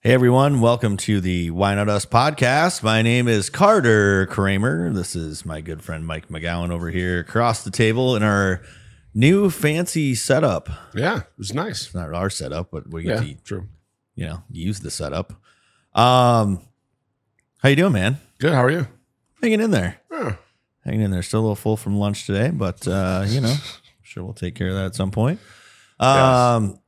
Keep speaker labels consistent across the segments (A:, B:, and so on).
A: Hey everyone, welcome to the Why Not Us podcast. My name is Carter Kramer. This is my good friend Mike McGowan over here across the table in our new fancy setup.
B: Yeah, it was nice.
A: It's not our setup, but we get
B: Yeah,
A: to
B: true.
A: you know use the setup. Um, how you doing, man?
B: Good. How are you?
A: Hanging in there,
B: Yeah.
A: hanging in there. Still a little full from lunch today, but uh, you know, sure we'll take care of that at some point. Um,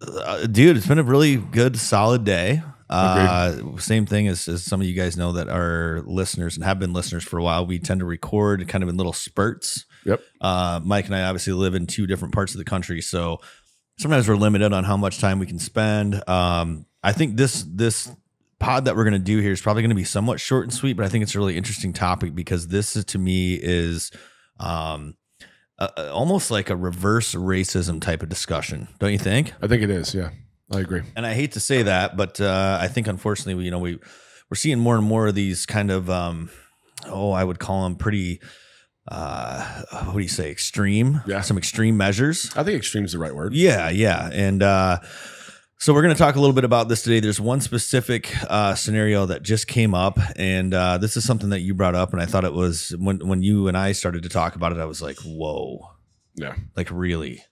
A: uh, dude, it's been a really good, solid day. Uh, same thing as, as some of you guys know that are listeners and have been listeners for a while. We tend to record kind of in little spurts.
B: Yep.
A: Uh, Mike and I obviously live in two different parts of the country, so sometimes we're limited on how much time we can spend. Um, I think this this pod that we're going to do here is probably going to be somewhat short and sweet, but I think it's a really interesting topic because this is, to me is um, a, a- almost like a reverse racism type of discussion, don't you think?
B: I think it is. Yeah, I agree.
A: and I hate to say that, but uh, I think unfortunately, we- you know, we we're seeing more and more of these kind of um, oh, I would call them pretty. Uh, what do you say? Extreme,
B: Yeah.
A: Some extreme measures.
B: I think extreme is the right word.
A: Yeah, yeah. And uh, so we're going to talk a little bit about this today. There's one specific uh, scenario that just came up, and uh, this is something that you brought up, and I thought it was when when you and I started to talk about it. I was like, whoa,
B: Yeah.
A: like really?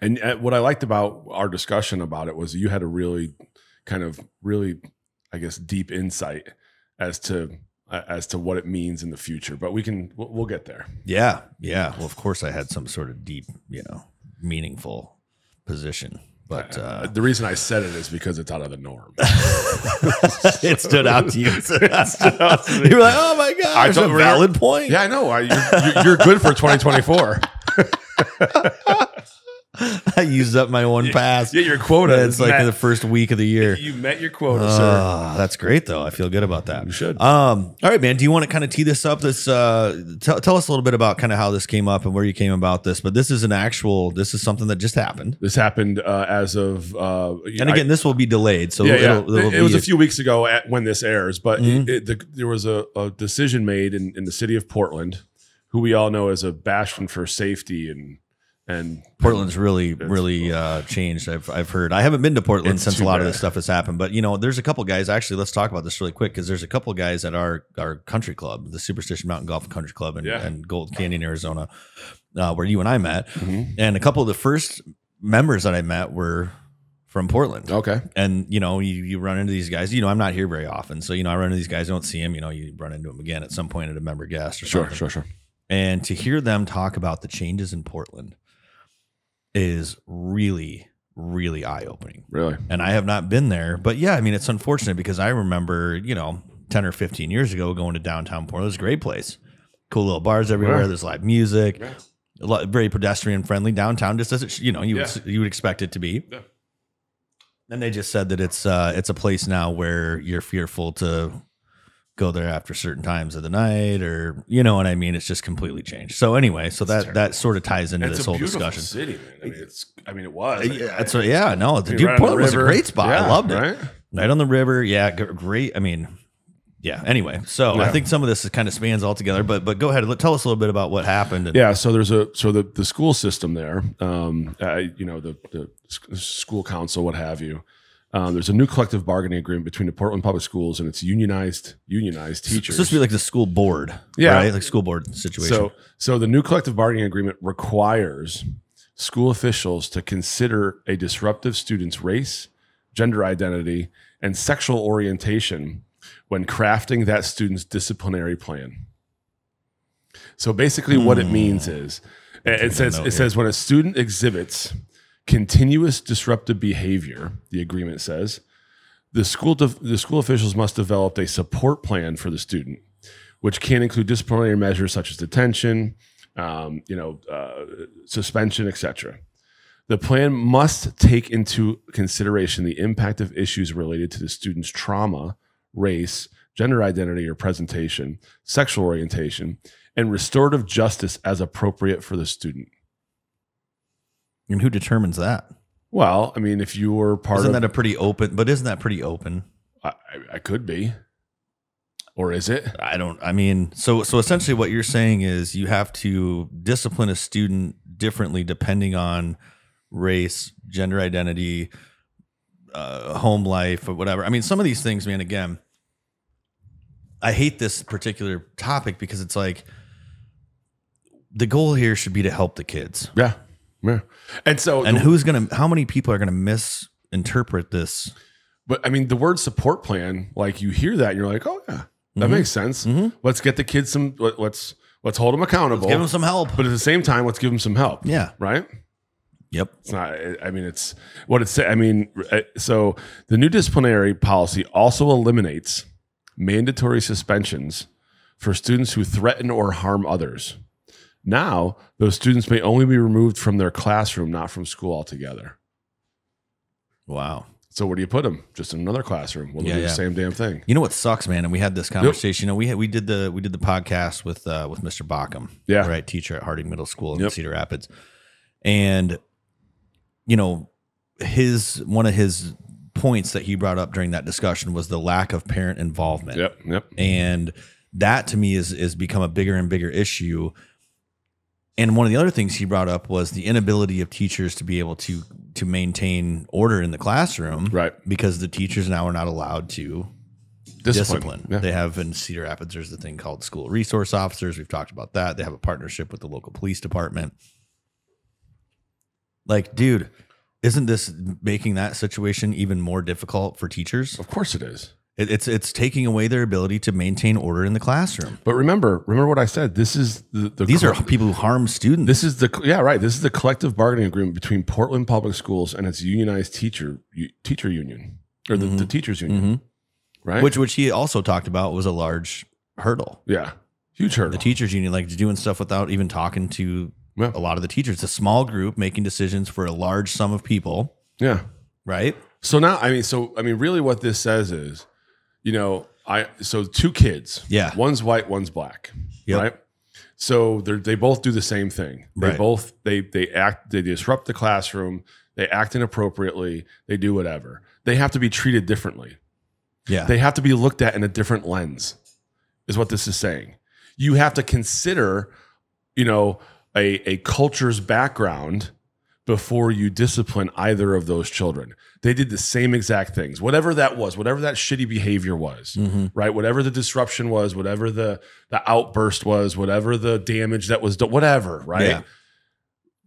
B: And uh, what I liked about our discussion about it was you had a really kind of really, I guess, deep insight as to uh, as to what it means in the future. But we can we'll, we'll get there.
A: Yeah, yeah. Well, of course, I had some sort of deep, you know, meaningful position, but uh,
B: the reason I said it is because it's out of the norm.
A: it stood out to you.
B: out to me.
A: you were like, oh my god,
B: I
A: there's
B: don't
A: a
B: remember-
A: valid point.
B: yeah, I know. I, you're, you're good for 2024.
A: I used up my one pass.
B: yeah, your quota.
A: It's like the first week of the year.
B: you met your quota, sir.
A: Ah, that's great though. I feel good about that.
B: You should.
A: Um, all right, man. Do you want to kind of tee this up? This uh, tell tell us a little bit about kind of how this came up and where you came about this. But this is an actual. This is something that just happened.
B: This happened uh, as of uh,
A: And again, this will be delayed, so
B: yeah, yeah.
A: it'll, it'll
B: it was
A: be
B: a few weeks ago at, when this airs, but
A: Mhm.
B: it, it, the, there was a, a decision made in, in the city of Portland, who we all know as a bastion for safety and and
A: Portland's really, really uh, changed. I've, I've heard. I haven't been to Portland
B: It's
A: since a
B: too
A: lot of
B: bad.
A: this stuff has happened. But you know, there's a couple guys. Actually, let's talk about this really quick because there's a couple guys at our our country club, the Superstition Mountain Golf and Country Club, and,
B: Yeah.
A: and Gold Canyon, Arizona, uh, where you and I met.
B: Mhm.
A: And a couple of the first members that I met were from Portland.
B: okay,
A: And you know, you, you run into these guys. You know, I'm not here very often, so you know, I run into these guys. I don't see them. You know, you run into them again at some point at a member guest or something
B: sure, sure.
A: and to hear them talk about the changes in Portland is really really eye-opening
B: Really,
A: and I have not been there but yeah I mean it's unfortunate because I remember you know 10 or 15 years ago going to downtown Portland it was a great place cool little bars everywhere
B: Yeah.
A: there's live music
B: Yeah.
A: a lot, very pedestrian friendly downtown just as it sh- you know you
B: Yeah.
A: would, you would expect it to be
B: Yeah.
A: and they just said that it's uh it's a place now where you're fearful to go there after certain times of the night or you know what I mean it's just completely changed so anyway so that that sort of ties into
B: it's
A: this
B: a
A: whole
B: beautiful
A: discussion
B: city. Man. I mean, it's I mean, it was.
A: yeah, that's right. Yeah, no,
B: I mean,
A: dude,
B: right on the
A: Portland was a
B: river.
A: great spot. I
B: Yeah,
A: loved it.
B: right?
A: Night on the river. Yeah, g- great. I mean, yeah. Anyway, so I
B: Yeah.
A: think some of this is kind of spans all together. But but go ahead. Let, tell us a little bit about what happened. And,
B: Yeah, so there's a so the the school system there, um, uh, you know the the sc- school council, what have you. Um, there's a new collective bargaining agreement between the Portland Public Schools and its unionized unionized
A: It's
B: teachers.
A: supposed to be like the school board.
B: Yeah.
A: right? like school board situation.
B: So, so the new collective bargaining agreement requires school officials to consider a disruptive student's race, gender identity, and sexual orientation when crafting that student's disciplinary plan. So basically, what it means is it, it says
A: note
B: it says when a student exhibits continuous disruptive behavior, the agreement says the school de- the school officials must develop a support plan for the student, which can include disciplinary measures such as detention, um, you know, uh, suspension, etc. The plan must take into consideration the impact of issues related to the student's trauma, race, gender identity or presentation, sexual orientation, and restorative justice as appropriate for the student.
A: and who determines that?
B: Well, I mean, if you were part
A: Isn't
B: of,
A: that a pretty open? But isn't that pretty open?
B: I I- I could be, or is it?
A: I don't. I mean, so so essentially, what you're saying is you have to discipline a student differently depending on race, gender identity, uh, home life or whatever. I mean, some of these things, man, again, I hate this particular topic because it's like the goal here should be to help the kids.
B: Yeah. Yeah. And so,
A: And who's going to, how many people are going to misinterpret this?
B: but I mean, the word support plan, like you hear that, and you're like, oh, yeah, that
A: Mhm.
B: makes sense.
A: Mhm.
B: Let's get the kids some, let, let's, let's hold them accountable.
A: Give them some help.
B: but at the same time, let's give them some help.
A: Yeah.
B: Right.
A: Yep.
B: It's not, I- I mean, it's what it's, I mean, uh, so the new disciplinary policy also eliminates mandatory suspensions for students who threaten or harm others. Now, those students may only be removed from their classroom, not from school altogether.
A: Wow.
B: So, where do you put them? Just in another classroom. Well, they
A: Yeah,
B: do the
A: yeah.
B: same damn thing.
A: You know what sucks, man? And we had this conversation. You know, we had, we did the we did the podcast with uh, with Mr. Bockham,
B: Yeah.
A: right, teacher at Harding Middle School in
B: Yep.
A: Cedar Rapids, and you know, his one of his points that he brought up during that discussion was the lack of parent involvement,
B: Yep. Yep.
A: and that to me is is become a bigger and bigger issue. And one of the other things he brought up was the inability of teachers to be able to to maintain order in the classroom,
B: Right.
A: Because the teachers now are not allowed to discipline.
B: Yeah.
A: They have in Cedar Rapids, there's the thing called school resource officers. We've talked about that. They have a partnership with the local police department. Like, dude, isn't this making that situation even more difficult for teachers?
B: Of course it is.
A: It, it's it's taking away their ability to maintain order in the classroom.
B: But remember, remember what I said. This is the, the
A: These are people who harm students.
B: This is the yeah right. This is the collective bargaining agreement between Portland Public Schools and its unionized teacher u- teacher union or the, the teachers union,
A: Mhm.
B: right?
A: Which which he also talked about was a large hurdle.
B: yeah, huge hurdle.
A: The teachers union like doing stuff without even talking to
B: Yeah.
A: a lot of the teachers. It's a small group making decisions for a large sum of people,
B: yeah.
A: right?
B: So now I mean, so I mean, really, what this says is, you know, I so two kids.
A: Yeah.
B: one's white, one's black.
A: Yep.
B: Right. So they they both do the same thing. They
A: Right.
B: both they they act they disrupt the classroom. They act inappropriately. They do whatever. They have to be treated differently.
A: Yeah.
B: They have to be looked at in a different lens, is what this is saying. You have to consider, you know, a, a culture's background before you discipline either of those children. They did the same exact things, whatever that was, whatever that shitty behavior was,
A: Mhm.
B: right? Whatever the disruption was, whatever the the outburst was, whatever the damage that was done, whatever, right?
A: Yeah.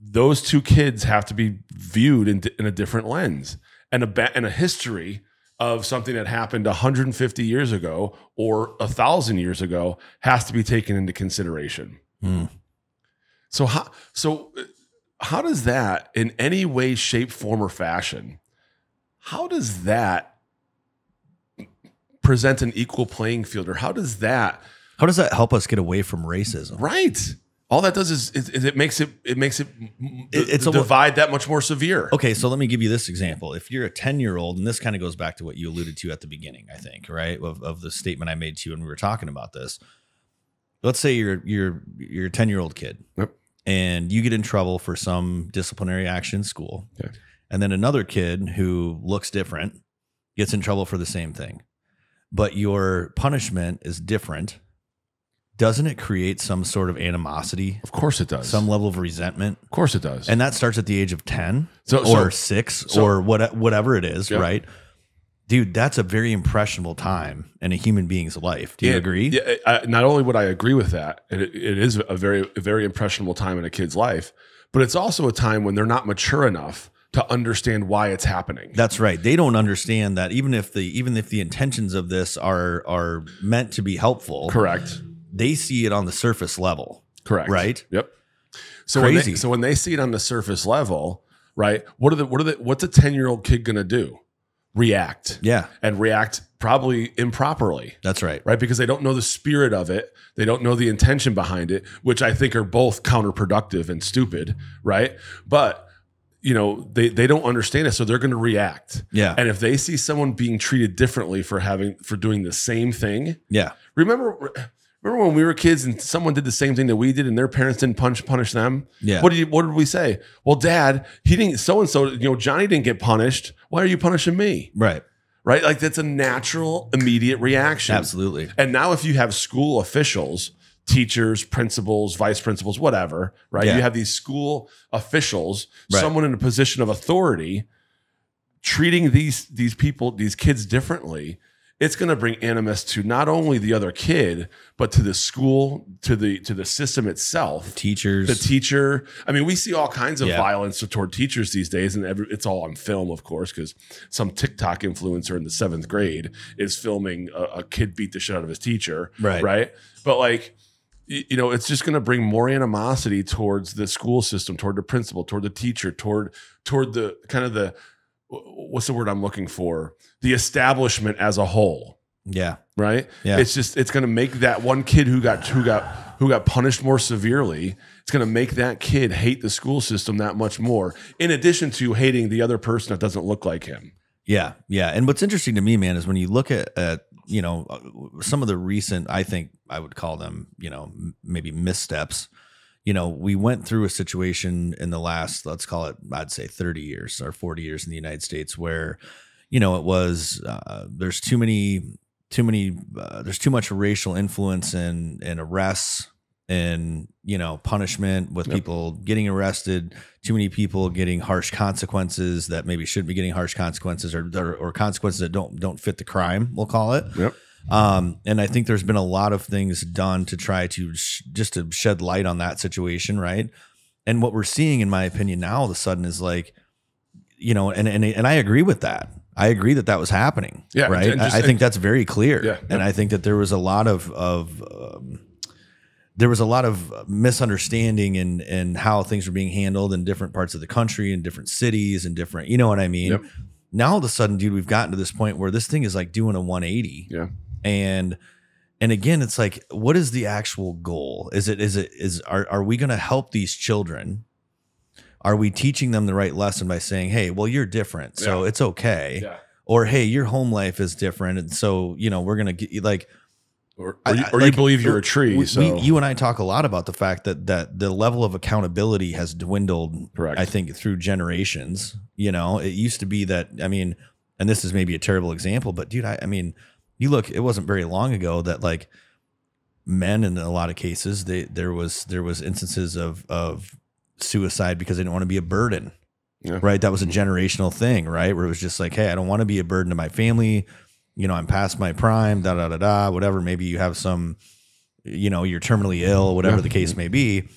B: Those two kids have to be viewed in, di- in a different lens and a ba- and a history of something that happened 150 years ago or a thousand years ago has to be taken into consideration.
A: Hmm.
B: So how so uh, how does that in any way, shape, form, or fashion? How does that present an equal playing field, or how does that
A: How does that help us get away from racism?
B: right? All that does is, is, is it makes it it makes it, m-
A: It-
B: the,
A: it's
B: the
A: a lo-
B: divide that much more severe.
A: Okay, so let me give you this example. If you're a 10 year old, and this kind of goes back to what you alluded to at the beginning, I think, right? Of, of the statement I made to you when we were talking about this. Let's say you're you're you're a 10 year old kid
B: Yep.
A: and you get in trouble for some disciplinary action in school.
B: Okay.
A: And then another kid who looks different gets in trouble for the same thing. But your punishment is different. Doesn't it create some sort of animosity,
B: Of course it does.
A: some level of resentment?
B: of course it does.
A: and that starts at the age of 10
B: So- so-
A: or 6
B: so-
A: or what, whatever it is
B: Yeah.
A: right dude that's a very impressionable time in a human being's life do you
B: Yeah,
A: agree
B: Yeah, I, I- not only would I agree with that, and it, it is a very, a very impressionable time in a kid's life, but it's also a time when they're not mature enough to understand why it's happening.
A: that's right they don't understand that even if the even if the intentions of this are are meant to be helpful
B: correct.
A: they see it on the surface level
B: Correct.
A: Right?
B: Yep. So when
A: Crazy.
B: they, so when they see it on the surface level, right? What are the what are the what's a ten year old kid gonna do? React
A: yeah
B: and react probably improperly.
A: that's right
B: right? Because they don't know the spirit of it. They don't know the intention behind it, which I think are both counterproductive and stupid, right? But you know, they they don't understand it, so they're going to react.
A: yeah
B: And if they see someone being treated differently for having for doing the same thing,
A: yeah
B: remember remember when we were kids and someone did the same thing that we did and their parents didn't punch punish them?
A: Yeah.
B: What did you, what did we say? Well, dad, he didn't so and so, you know, Johnny didn't get punished. Why are you punishing me?
A: right
B: Right? Like that's a natural immediate reaction.
A: absolutely
B: And now, if you have school officials, teachers, principals, vice principals, whatever, right?
A: Yeah.
B: You have these school officials,
A: Right.
B: someone in a position of authority treating these these people these kids differently it's going to bring animus to not only the other kid but to the school to the to the system itself
A: Teachers.
B: the teacher i mean we see all kinds of
A: Yeah.
B: violence toward teachers these days and every, it's all on film of course because some tiktok influencer in the seventh grade is filming a, a kid beat the shit out of his teacher
A: Right.
B: right but like y- you know it's just going to bring more animosity towards the school system toward the principal toward the teacher toward toward the kind of the wh- what's the word i'm looking for the establishment as a whole
A: yeah.
B: right?
A: Yeah.
B: It's just it's going to make that one kid who got who got who got punished more severely. It's going to make that kid hate the school system that much more. In addition to hating the other person that doesn't look like him.
A: Yeah, yeah. And what's interesting to me, man, is when you look at, at you know uh, some of the recent, I think I would call them, you know, m- maybe missteps. You know, we went through a situation in the last, let's call it, I'd say, thirty years or forty years in the United States, where, you know, it was uh, there's too many, too many, uh, there's too much racial influence and and arrests and you know punishment with
B: Yep.
A: people getting arrested too many people getting harsh consequences that maybe shouldn't be getting harsh consequences or or, or consequences that don't don't fit the crime we'll call it
B: Yep.
A: um and i think there's been a lot of things done to try to sh- just to shed light on that situation right and what we're seeing in my opinion now all of a sudden is like you know and and, and i agree with that i agree that that was happening
B: Yeah, and-
A: right
B: and just-
A: i I think that's very clear
B: Yeah,
A: and i think that there was a lot of of um, there was a lot of misunderstanding in in how things were being handled in different parts of the country in different cities and different you know what i mean
B: Yep.
A: now all of a sudden dude we've gotten to this point where this thing is like doing a 180
B: Yeah.
A: and and again it's like what is the actual goal is it is it is are, are we going to help these children are we teaching them the right lesson by saying hey well you're different so it's okay
B: Yeah.
A: or hey your home life is different and so you know we're going to get you like
B: Or,
A: I-
B: or, you,
A: I-
B: or you
A: like,
B: believe you're a tree.
A: we,
B: so
A: we, you and I talk a lot about the fact that that the level of accountability has dwindled.
B: Correct.
A: I think through generations. You know, it used to be that I mean, and this is maybe a terrible example, but dude, I, I mean, you look. It wasn't very long ago that like men in a lot of cases they there was there was instances of of suicide because they didn't want to be a burden
B: Yeah.
A: right that was a generational thing right where it was just like hey i don't want to be a burden to my family you know i'm past my prime da da da da whatever maybe you have some you know you're terminally ill whatever
B: Yeah. Mm-hmm.
A: the case may be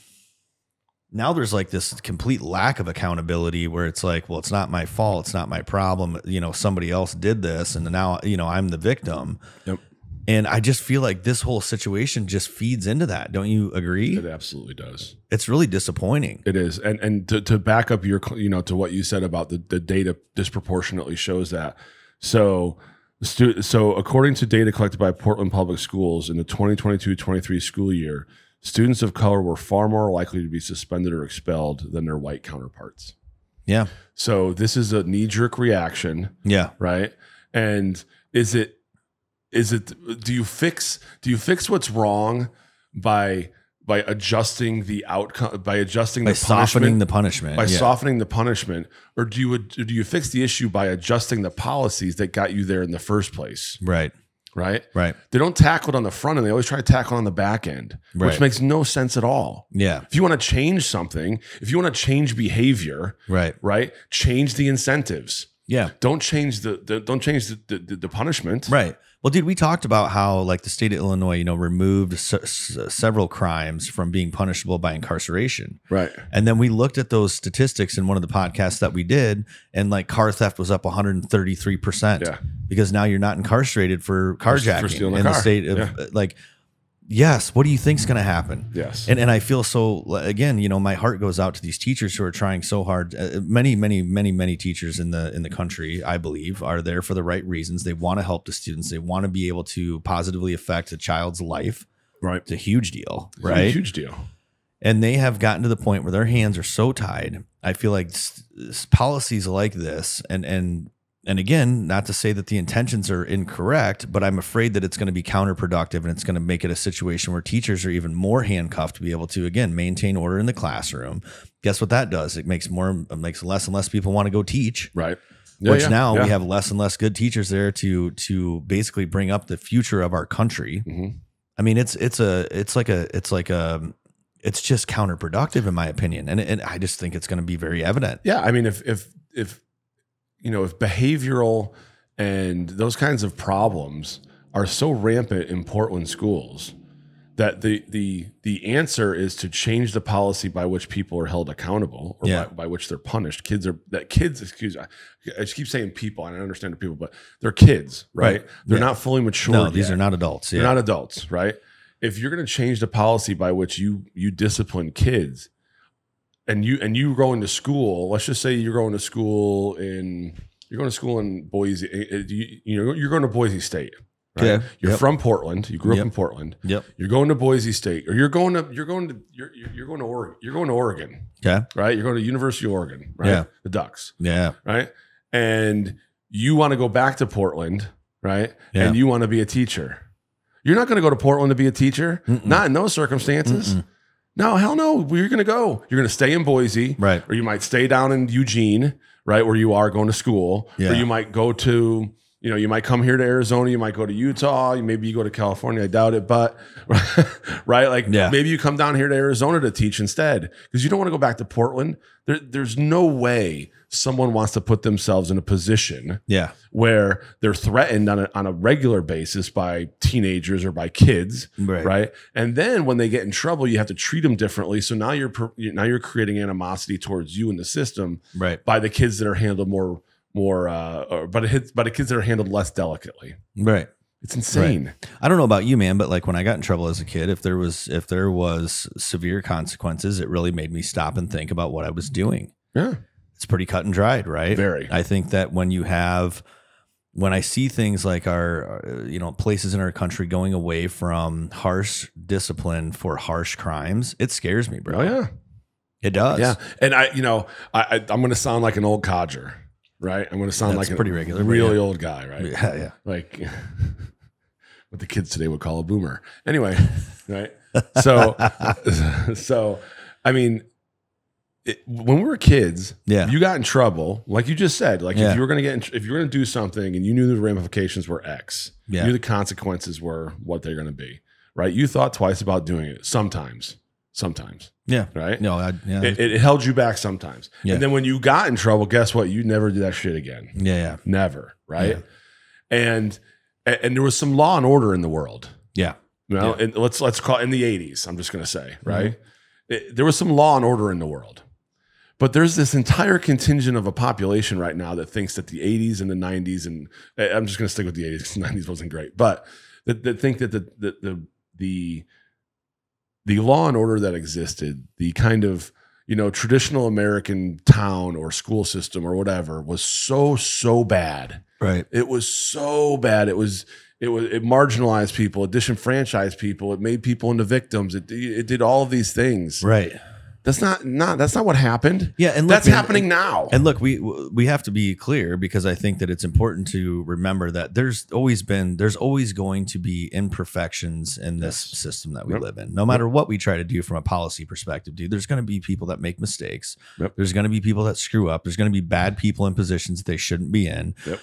A: now there's like this complete lack of accountability where it's like well it's not my fault it's not my problem you know somebody else did this and now you know i'm the victim
B: Yep.
A: and i just feel like this whole situation just feeds into that don't you agree
B: it absolutely does.
A: it's really disappointing
B: It is, and and to, to back up your cl- you know to what you said about the the data disproportionately shows that. So stu- so according to data collected by Portland Public Schools in the 2022-23 school year, students of color were far more likely to be suspended or expelled than their white counterparts.
A: yeah
B: So this is a knee jerk reaction
A: yeah
B: right and is it is it do you fix do you fix what's wrong by by adjusting the outcome by adjusting
A: by
B: the punishment
A: softening the punishment
B: by
A: yeah.
B: softening the punishment or do you do you fix the issue by adjusting the policies that got you there in the first place
A: right
B: right
A: right
B: they don't tackle it on the front end they always try to tackle it on the back end
A: Right.
B: which makes no sense at all
A: yeah
B: if you want to change something if you want to change behavior
A: right
B: right change the incentives
A: yeah
B: don't change the, the don't change the, the, the punishment
A: Right. Well, dude, we talked about how like the state of Illinois, you know, removed se- se- several crimes from being punishable by incarceration.
B: right
A: And then we looked at those statistics in one of the podcasts that we did, and like car theft was up 133%
B: Yeah.
A: because now you're not incarcerated for carjacking
B: stealing a
A: in the
B: car.
A: state of
B: Yeah.
A: like, yes, what do you think's going to happen?
B: yes
A: And, and I feel so again, you know, my heart goes out to these teachers who are trying so hard. Uh, many, many, many, many teachers in the in the country, I believe, are there for the right reasons. They want to help the students. They want to be able to positively affect a child's life.
B: right
A: It's a huge deal,
B: It's a
A: right?
B: huge deal
A: and they have gotten to the point where their hands are so tied. I feel like s- s- policies like this, and and and again, not to say that the intentions are incorrect, but I'm afraid that it's going to be counterproductive, and it's going to make it a situation where teachers are even more handcuffed to be able to again maintain order in the classroom. Guess what that does? It makes more, it makes less and less people want to go teach
B: right Yeah,
A: which
B: yeah,
A: now
B: yeah.
A: we have less and less good teachers there to to basically bring up the future of our country.
B: Mhm.
A: I mean, it's it's a it's like a it's like a it's just counterproductive in my opinion, and and I just think it's going to be very evident.
B: yeah i mean if if if you know, if behavioral and those kinds of problems are so rampant in Portland schools that the the the answer is to change the policy by which people are held accountable or
A: Yeah.
B: by, by which they're punished. Kids are that kids, excuse I, I just keep saying people, and I understand people, but they're kids, right?
A: Right.
B: They're
A: Yeah.
B: not fully mature.
A: No, these
B: yet.
A: are not adults. Yeah.
B: They're not adults, right? If you're going to change the policy by which you you discipline kids, and you and you going to school, let's just say you're going to school in you're going to school in Boise, eh, eh, you, you know you're going to Boise State. Right?
A: Yeah.
B: You're
A: Yep.
B: from Portland. You grew
A: Yep.
B: up in Portland.
A: Yep.
B: You're going to Boise State, or you're going to you're going to you're you're you're going to Oregon. You're going to Oregon,
A: Okay.
B: right? You're going to University of Oregon, right?
A: Yeah.
B: The Ducks
A: Yeah.
B: right? And you want to go back to Portland, right?
A: Yeah.
B: And you want to be a teacher. You're not going to go to Portland to be a teacher,
A: Mm-mm.
B: not in those circumstances.
A: Mm-mm.
B: No, hell no. You're going to go. You're going to stay in Boise,
A: Right.
B: or you might stay down in Eugene, right, where you are going to school,
A: Yeah.
B: or you might go to, you know, you might come here to Arizona, you might go to Utah, you- maybe you go to California. I doubt it, but right, like
A: Yeah.
B: maybe you come down here to Arizona to teach instead because you don't want to go back to Portland. There, there's no way someone wants to put themselves in a position
A: Yeah.
B: where they're threatened on a, on a regular basis by teenagers or by kids
A: Right.
B: right and then when they get in trouble you have to treat them differently so now you're per- you- now you're creating animosity towards you and the system
A: Right.
B: by the kids that are handled more more uh or by the, hits- by the kids that are handled less delicately
A: Right.
B: it's insane
A: I don't know about you, man, but like when I got in trouble as a kid, if there was if there was severe consequences, it really made me stop and think about what I was doing. It's pretty cut and dried,
B: yeah
A: right?
B: very
A: I think that when you have, when I see things like our, uh, you know, places in our country going away from harsh discipline for harsh crimes, it scares me, bro.
B: oh yeah
A: It does.
B: yeah and i you know i, I i'm gonna sound like an old codger right i'm gonna sound
A: That's
B: like a
A: pretty regular, but
B: really
A: yeah.
B: old guy right
A: Yeah. Yeah.
B: like what the kids today would call a boomer. Anyway, right? So, so I mean, it, when we were kids,
A: Yeah.
B: if you got in trouble, like you just said, like
A: Yeah.
B: if you were going to get, in, tr- if you were going to do something and you knew the ramifications were X,
A: Yeah.
B: you knew the consequences were what they're going to be, right? You thought twice about doing it sometimes, sometimes,
A: Yeah.
B: right?
A: No. I, yeah.
B: It, it held you back sometimes.
A: Yeah.
B: And then when you got in trouble, guess what? You never did that shit again.
A: yeah. Yeah.
B: Never, right?
A: Yeah.
B: And a- and there was some law and order in the world.
A: Yeah.
B: You know, and let's let's call in the 80s, I'm just going to say, right? It- there was some law and order in the world. But there's this entire contingent of a population right now that thinks that the 80s and the 90s and eh, I'm just going to stick with the 80s cuz 90s wasn't great, but that, that think that the the the the the law and order that existed, the kind of you know traditional American town or school system or whatever was so so bad
A: Right.
B: it was so bad. It was it was it marginalized people, it disenfranchised people, it made people into victims. It it did all of these things.
A: Right.
B: That's not not that's not what happened.
A: Yeah. And look,
B: that's
A: man,
B: happening now.
A: And look, we we have to be clear because I think that it's important to remember that there's always been there's always going to be imperfections in this
B: Yes.
A: system that we
B: Yep.
A: live in. No matter what we try to do from a policy perspective, dude, there's going to be people that make mistakes.
B: Yep.
A: There's going to be people that screw up. There's going to be bad people in positions that they shouldn't be in.
B: Yep.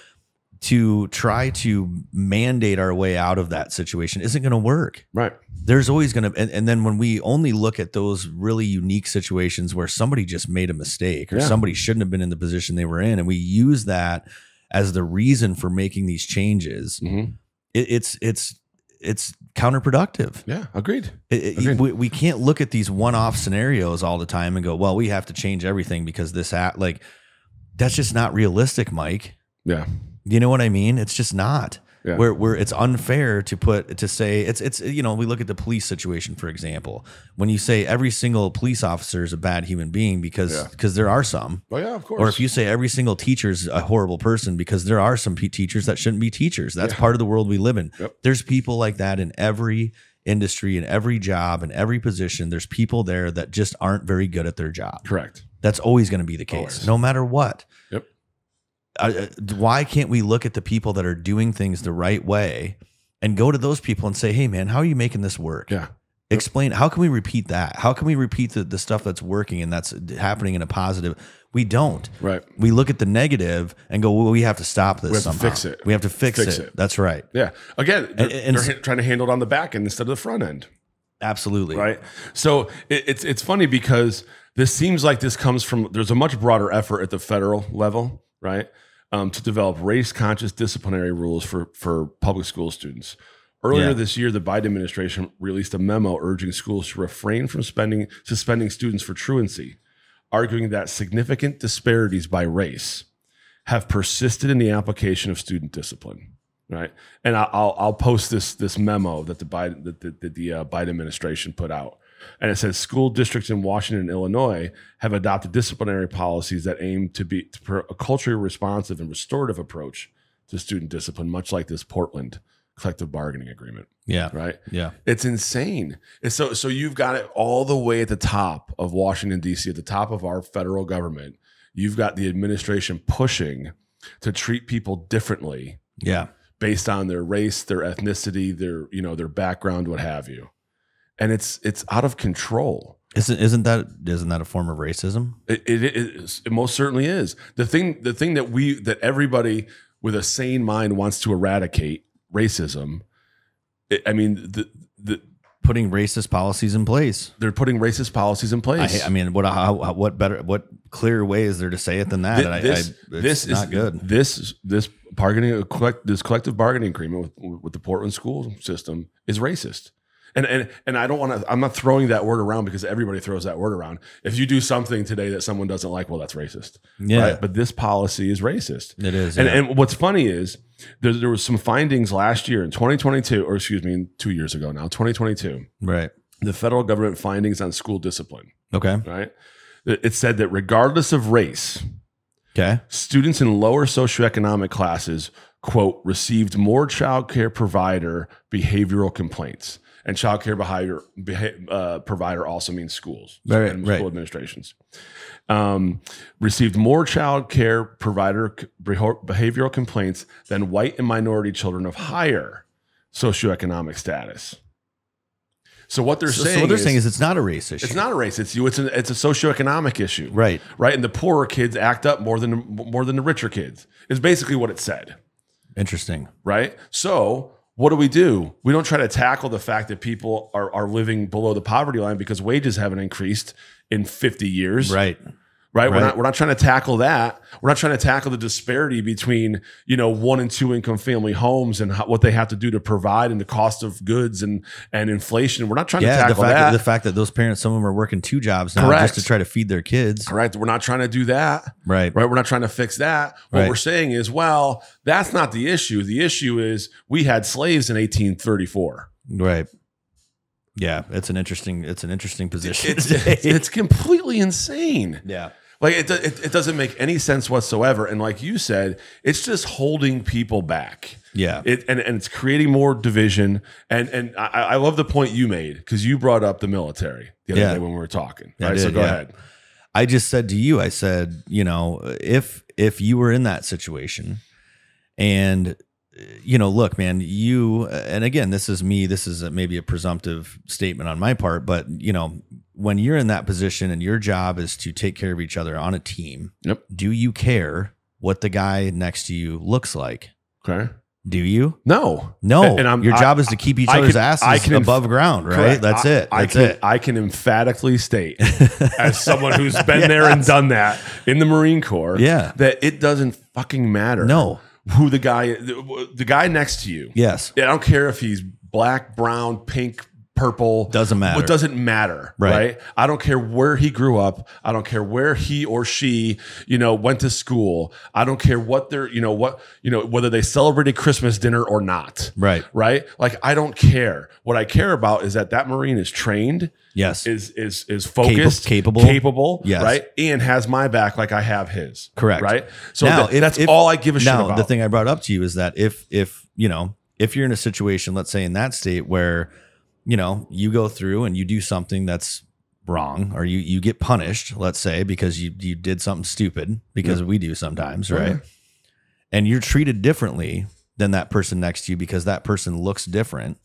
A: To try to mandate our way out of that situation isn't going to work
B: right.
A: there's always going to and, and then when we only look at those really unique situations where somebody just made a mistake or
B: Yeah.
A: somebody shouldn't have been in the position they were in and we use that as the reason for making these changes
B: Mhm.
A: it, it's it's it's counterproductive
B: Yeah, agreed.
A: It- it-
B: Agreed.
A: we, we can't look at these one-off scenarios all the time and go well we have to change everything because this act like that's just not realistic mike
B: Yeah.
A: you know what I mean? It's just not.
B: Yeah.
A: Where where it's unfair to put to say it's it's you know we look at the police situation for example when you say every single police officer is a bad human being because
B: Yeah.
A: because there are some
B: Oh yeah, of course.
A: or if you say every single teacher is a horrible person because there are some pe teachers that shouldn't be teachers that's
B: Yeah.
A: part of the world we live in
B: Yep.
A: there's people like that in every industry in every job in every position there's people there that just aren't very good at their job
B: correct.
A: that's always going to be the case,
B: Always.
A: no matter what.
B: Yep.
A: Uh, uh, why can't we look at the people that are doing things the right way and go to those people and say, hey, man, how are you making this work?
B: Yeah.
A: Explain how can we repeat that? How can we repeat the, the stuff that's working and that's happening in a positive? We don't.
B: Right.
A: We look at the negative and go, well, we have to stop this
B: We have to
A: somehow.
B: fix it.
A: We have to fix,
B: Fix
A: it.
B: it.
A: That's right.
B: Yeah. Again, they're,
A: And- and-
B: they're ha- trying to handle it on the back end instead of the front end.
A: Absolutely.
B: right so it, it's it's funny because this seems like this comes from there's a much broader effort at the federal level right um, to develop race conscious disciplinary rules for, for public school students. Earlier
A: Yeah.
B: this year, the Biden administration released a memo urging schools to refrain from spending, suspending students for truancy, arguing that significant disparities by race have persisted in the application of student discipline. Right, and I- I'll I'll post this this memo that the Biden that the, that the uh, Biden administration put out, and it says school districts in Washington and Illinois have adopted disciplinary policies that aim to be to pro- a culturally responsive and restorative approach to student discipline, much like this Portland collective bargaining agreement.
A: Yeah.
B: Right,
A: Yeah.
B: it's insane. And so so you've got it all the way at the top of Washington D.C. at the top of our federal government. You've got the administration pushing to treat people differently
A: Yeah.
B: based on their race, their ethnicity, their you know their background, what have you. And it's it's out of control.
A: Isn't isn't that isn't that a form of racism?
B: It, it, it, is- it most certainly is the thing. The thing that we that everybody with a sane mind wants to eradicate racism. I- I mean, the, the,
A: Putting racist policies in place.
B: they're putting racist policies in
A: I,
B: place.
A: ha- I mean, what how, how- what better what clearer way is there to say it than that?
B: Thi-
A: And I- I-
B: this,
A: it's
B: this is
A: not good.
B: This this bargaining collect- this collective bargaining agreement with with the Portland school system is racist. And and and I don't want to. I'm not throwing that word around because everybody throws that word around. If you do something today that someone doesn't like, well, that's racist.
A: Yeah,
B: Right? But this policy is racist.
A: it is.
B: And,
A: yeah.
B: and what's funny is there, there was some findings last year in 2022, or excuse me, two years ago now, 2022,
A: right.
B: the federal government findings on school discipline,
A: Okay.
B: right? It it said that regardless of race,
A: Okay.
B: students in lower socioeconomic classes, quote, received more childcare provider behavioral complaints. And childcare behavior, beha- uh, provider also means schools, so
A: Right,
B: and
A: right.
B: school administrations. Um, received more childcare provider c- beho- behavioral complaints than white and minority children of higher socioeconomic status. So what they're
A: So,
B: saying,
A: so what they're
B: is,
A: saying is it's not a race issue.
B: it's not a race. It's you. It's an, it's a socioeconomic issue
A: Right.
B: right? And the poorer kids act up more than more than the richer kids. Is basically what it said,
A: Interesting.
B: right? So what do we do? We don't try to tackle the fact that people are are living below the poverty line because wages haven't increased in 50 years,
A: Right.
B: right? We're
A: right.
B: not we're not trying to tackle that. We're not trying to tackle the disparity between you know one and two income family homes and how, what they have to do to provide and the cost of goods and and inflation. We're not trying to
A: Yeah. The
B: tackle
A: fact that.
B: that.
A: the fact that those parents, some of them are working two jobs now
B: Correct.
A: just to try to feed their kids.
B: Correct. We're not trying to do that.
A: Right.
B: right? We're not trying to fix that. What
A: Right.
B: we're saying is, well, that's not the issue. The issue is we had slaves in 1834.
A: Right. Yeah. It's an interesting. It's an interesting position.
B: It's,
A: to
B: it's,
A: take.
B: it's completely insane.
A: yeah.
B: Like it, do- it, it doesn't make any sense whatsoever. And like you said, it's just holding people back.
A: Yeah.
B: It, and, and it's creating more division. And and I, I love the point you made because you brought up the military the other
A: Yeah.
B: day when we were talking.
A: Yeah, I
B: right. so
A: did,
B: go
A: yeah.
B: ahead.
A: I just said to you, I said, you know, if if you were in that situation, and uh, you know, look, man, you, uh, and again, this is me. This is a, maybe a presumptive statement on my part, but you know, when you're in that position and your job is to take care of each other on a team,
B: Yep.
A: do you care what the guy next to you looks like?
B: Okay.
A: Do you?
B: No.
A: No,
B: And- and I'm-
A: your
B: I-
A: job is to keep each
B: I
A: other's
B: can-
A: asses
B: I can inf-
A: above ground, right?
B: Correct.
A: That's
B: I-
A: it.
B: I
A: That's
B: can,
A: it.
B: I can emphatically state as someone who's been there and
A: Yes.
B: done that in the Marine Corps.
A: Yeah.
B: That it doesn't fucking matter.
A: No.
B: Who the guy the, the guy next to you.
A: Yes.
B: I don't care if he's black, brown, pink, purple.
A: Doesn't matter.
B: It doesn't matter. Right.
A: Right.
B: I don't care where he grew up. I don't care where he or she, you know, went to school. I don't care what their, you know, what, you know, whether they celebrated Christmas dinner or not.
A: Right.
B: Right. Like I don't care. What I care about is that that Marine is trained
A: Yes.
B: is is is focused,
A: capable.
B: capable,
A: Yes.
B: right, and has my back like I have his,
A: Correct.
B: right. So
A: Now,
B: that-
A: if-
B: that's
A: if-
B: all I give a shit
A: now
B: about.
A: the thing i brought up to you is that if if you know if you're in a situation let's say in that state where you know you go through and you do something that's wrong or you you get punished let's say because you you did something stupid because we do sometimes right
B: Yeah.
A: and you're treated differently than that person next to you because that person looks different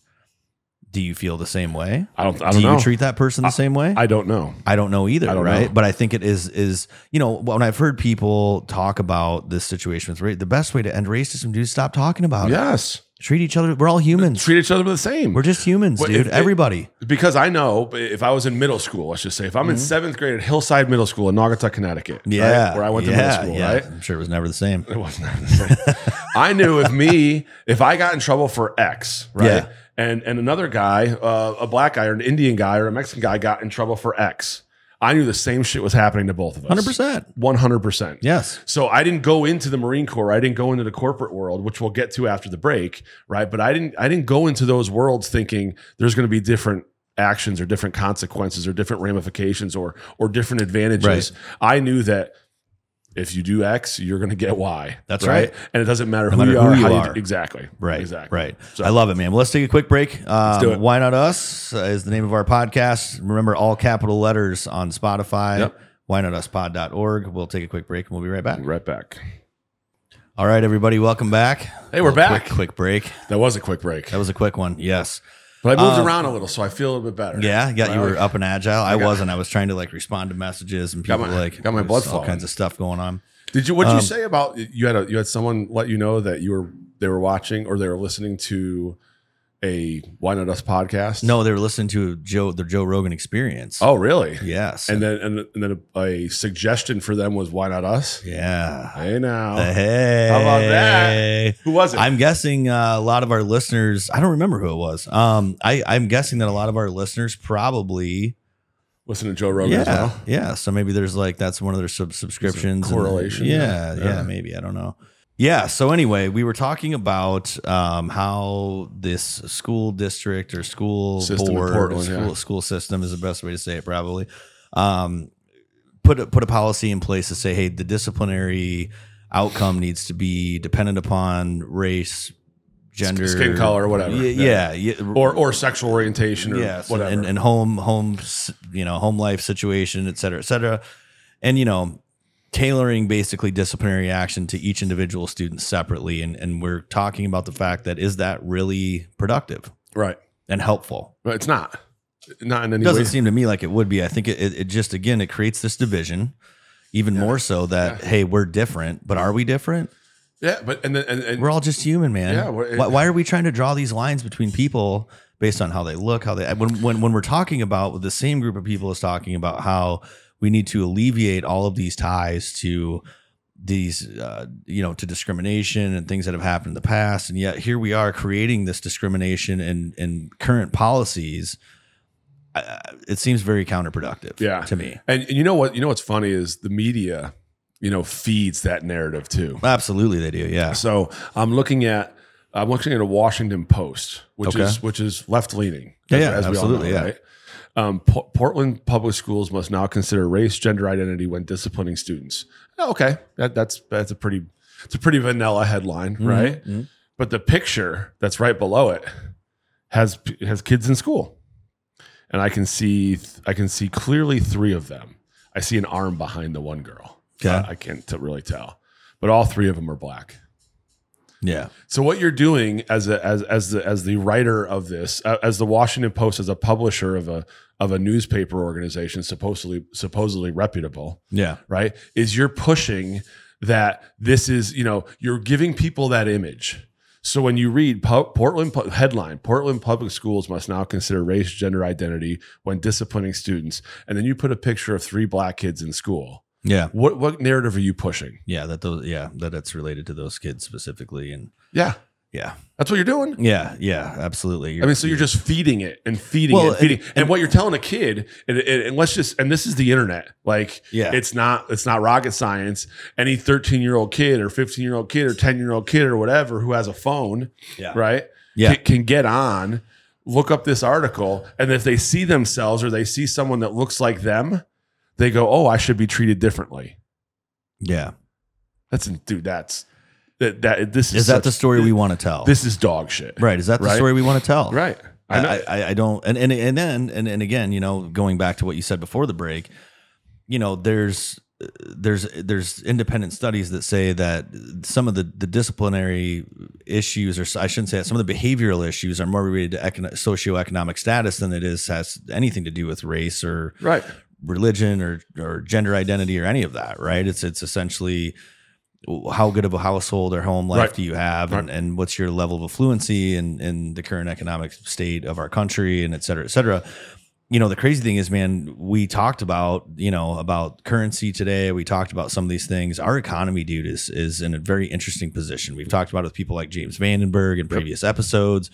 A: do you feel the same way
B: I don't, I
A: do
B: don't
A: you
B: know.
A: treat that person the same way
B: I don't know.
A: I don't know either,
B: I don't
A: right?
B: know.
A: But I think it is is you know when I've heard people talk about this situation with race, the best way to end racism, dude, is stop talking about it.
B: Yes,
A: Treat each other. We're all humans.
B: Uh, Treat each other the same.
A: We're just humans,
B: Well,
A: dude.
B: if-
A: Everybody.
B: because I know if I was in middle school, let's just say if I'm in seventh grade at Hillside Middle School in Naugatuck, Connecticut, right,
A: Mm-hmm. Yeah.
B: where I went to
A: yeah,
B: middle school,
A: yeah.
B: right?
A: I'm sure it was never the same.
B: It wasn't the same. I knew if me, if I got in trouble for X, right?
A: Yeah.
B: And and another guy, uh, a black guy or an Indian guy or a Mexican guy got in trouble for X. I knew the same shit was happening to both of us.
A: 100%.
B: 100%.
A: Yes.
B: So I didn't go into the Marine Corps. I didn't go into the corporate world, which we'll get to after the break, right? But I didn't I didn't go into those worlds thinking there's going to be different actions or different consequences or different ramifications or or different advantages. I knew that if you do X, you're going to get Y.
A: That's right.
B: And it doesn't matter, who,
A: matter
B: you
A: who
B: are,
A: you
B: how
A: are.
B: You do, exactly.
A: Right.
B: Exactly.
A: Right.
B: So-
A: I love it, man. Well, let's take a quick break. Um,
B: do it.
A: Why not us uh, is the name of our podcast. Remember all capital letters on Spotify.
B: Yep.
A: Why not uspod.org. We'll take a quick break and we'll be right back.
B: Right back.
A: All right, everybody, welcome back.
B: Hey, we're
A: Well, quick-
B: back.
A: Quick, break.
B: That was a quick break.
A: That was a quick one. Yes.
B: But I moved
A: Um,
B: around a little, so I feel a little bit better.
A: Yeah, yeah, you
B: Well,
A: were up and agile. I
B: got-
A: wasn't. I was trying to like respond to messages and
B: Got
A: people
B: my-
A: like
B: got my blood
A: there's all
B: flowing.
A: kinds of stuff going on.
B: Did you? What did
A: Um,
B: you say about you had a you had someone let you know that you were they were watching or they were listening to a Why Not Us podcast?
A: No, they were listening to Joe the Joe Rogan Experience.
B: Oh, really?
A: yes,
B: And then and, and then a, a suggestion for them was Why Not Us?
A: yeah.
B: Hey now,
A: Hey,
B: Oh. How about that? who was it?
A: I'm guessing uh, a lot of our listeners. I don't remember who it was. Um, I, I'm guessing that a lot of our listeners probably,
B: Listen to Joe Rogan
A: yeah,
B: as well.
A: yeah. So maybe there's like that's one of their sub- subscriptions and-
B: correlation
A: yeah,
B: there.
A: yeah,
B: Yeah.
A: maybe I don't know. Yeah. So anyway, we were talking about um, how this school district or school
B: System in
A: board,
B: Portland,
A: school
B: yeah.
A: school system is the best way to say it probably. Um, put a, put a policy in place to say, hey, the disciplinary outcome needs to be dependent upon race, gender,
B: skin color, whatever.
A: Y- Yeah, yeah,
B: Or or sexual orientation or
A: yeah, so-
B: whatever.
A: and, and home home s- you know home life situation, et cetera, et cetera, and you know tailoring basically disciplinary action to each individual student separately, and and we're talking about the fact that is that really productive
B: right,
A: and helpful?
B: but it's not not in
A: It
B: any way.
A: doesn't seem to me like it would be. I think it, it, it just again it creates this division. Even more so that hey, we're different, but are we different?
B: yeah, but and then and, and
A: We're all just human, man.
B: Yeah, we're-
A: why, why are we trying to draw these lines between people based on how they look, how they when when when we're talking about what the same group of people is talking about how we need to alleviate all of these ties to these uh, you know to discrimination and things that have happened in the past and yet here we are creating this discrimination and and current policies uh, it seems very counterproductive
B: Yeah.
A: to me
B: and and you know what you know what's funny is the media, you know, feeds that narrative too.
A: absolutely they do yeah
B: So I'm looking at I'm looking at a Washington Post, which
A: Okay.
B: is which is left leaning.
A: Yeah, yeah, absolutely, yeah.
B: Um, Po- Portland public schools must now consider race, gender identity when disciplining students. Oh, Okay, that, that's that's a pretty it's a pretty vanilla headline, right?
A: Mhm.
B: But the picture that's right below it has has kids in school, and I can see I can see clearly three of them. I see an arm behind the one girl.
A: Okay.
B: Uh, I, I can't t- really tell, but all three of them are black.
A: yeah
B: So what you're doing as a as as the as the writer of this, uh, as the Washington Post, as a publisher of a of a newspaper organization supposedly supposedly reputable,
A: yeah
B: right? Is you're pushing that this is you know you're giving people that image. So when you read Pu- Portland Pu- headline, Portland public schools must now consider race, gender identity when disciplining students, and then you put a picture of three black kids in school.
A: yeah
B: What what narrative are you pushing?
A: yeah that those yeah that it's related to those kids specifically and
B: Yeah,
A: yeah
B: that's what you're doing.
A: Yeah, yeah, absolutely.
B: I mean, so you're just feeding it and feeding
A: Well,
B: it, and feeding, and, what you're telling a kid, and, and, and let's just, and this is the internet, like
A: Yeah.
B: it's not, it's not rocket science. Any 13 year old kid or 15 year old kid or 10 year old kid or whatever who has a phone,
A: Yeah.
B: right,
A: Yeah.
B: can, can get on, look up this article, and if they see themselves or they see someone that looks like them, they go, oh, I should be treated differently.
A: yeah.
B: That's dude, that's that that this is,
A: Is that
B: such-
A: the story we want to tell?
B: This is dog shit,
A: right? Is that the
B: right?
A: story we want to tell?
B: Right. I know.
A: I, I, I don't. And and and then and, and again, you know, going back to what you said before the break, you know, there's there's there's independent studies that say that some of the the disciplinary issues, or I shouldn't say that, some of the behavioral issues are more related to econo- socioeconomic status than it is has anything to do with race or
B: right.
A: religion or or gender identity or any of that, right? It's it's essentially how good of a household or home life
B: Right.
A: do you have and, and what's your level of affluency and and the current economic state of our country and et cetera et cetera you know the crazy thing is man we talked about you know about currency today we talked about some of these things our economy dude is is in a very interesting position we've talked about it with people like james vandenberg in previous episodes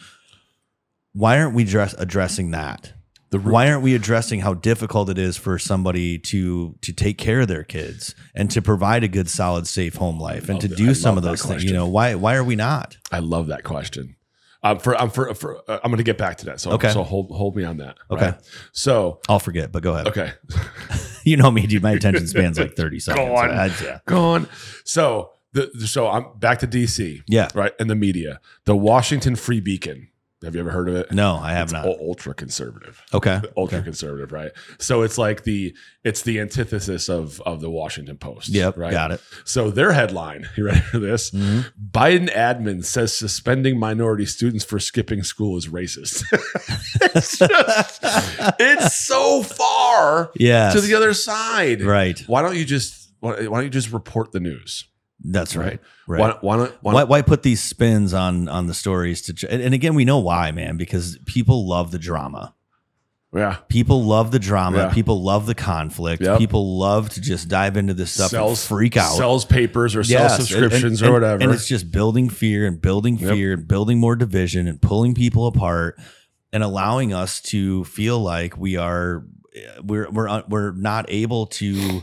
A: why aren't we dress, addressing that
B: The root-
A: why aren't we addressing how difficult it is for somebody to to take care of their kids and to provide a good solid safe home life and to
B: that.
A: do
B: I
A: some
B: love
A: of
B: that
A: those things you
B: question.
A: know why why are we not
B: I love that question. Um, for I'm for, for uh, I'm going to get back to that. So
A: Okay.
B: so hold hold me on that.
A: Okay.
B: right? So
A: i'll forget but go ahead
B: okay,
A: you know me dude my attention span's like 30 seconds
B: on.
A: I- yeah.
B: gone. So the the- so I'm back to DC,
A: yeah
B: right? And the media, the Washington Free Beacon. Have you ever heard of it?
A: no i have
B: It's
A: not
B: u- ultra conservative.
A: okay
B: Ultra conservative, right? So it's like the it's the antithesis of of the Washington Post.
A: yep
B: Right.
A: got it
B: So their headline, you ready for this?
A: Mhm.
B: Biden admin says suspending minority students for skipping school is racist. it's, just, it's so far
A: Yes.
B: to the other side.
A: right
B: Why don't you just why, why don't you just report the news?
A: that's right right
B: Why, why don't why,
A: why,
B: don't-
A: why put these spins on on the stories to ch- and, and again we know why man because people love the drama
B: yeah
A: people love the drama
B: Yeah.
A: people love the conflict
B: Yep.
A: people love to just dive into this stuff
B: sells
A: and freak out
B: sells papers or
A: Yes,
B: sells
A: and-
B: subscriptions
A: and-
B: or
A: and-
B: whatever.
A: and it's just building fear and building
B: Yep.
A: fear and building more division and pulling people apart and allowing us to feel like we are we're we're un- we're not able to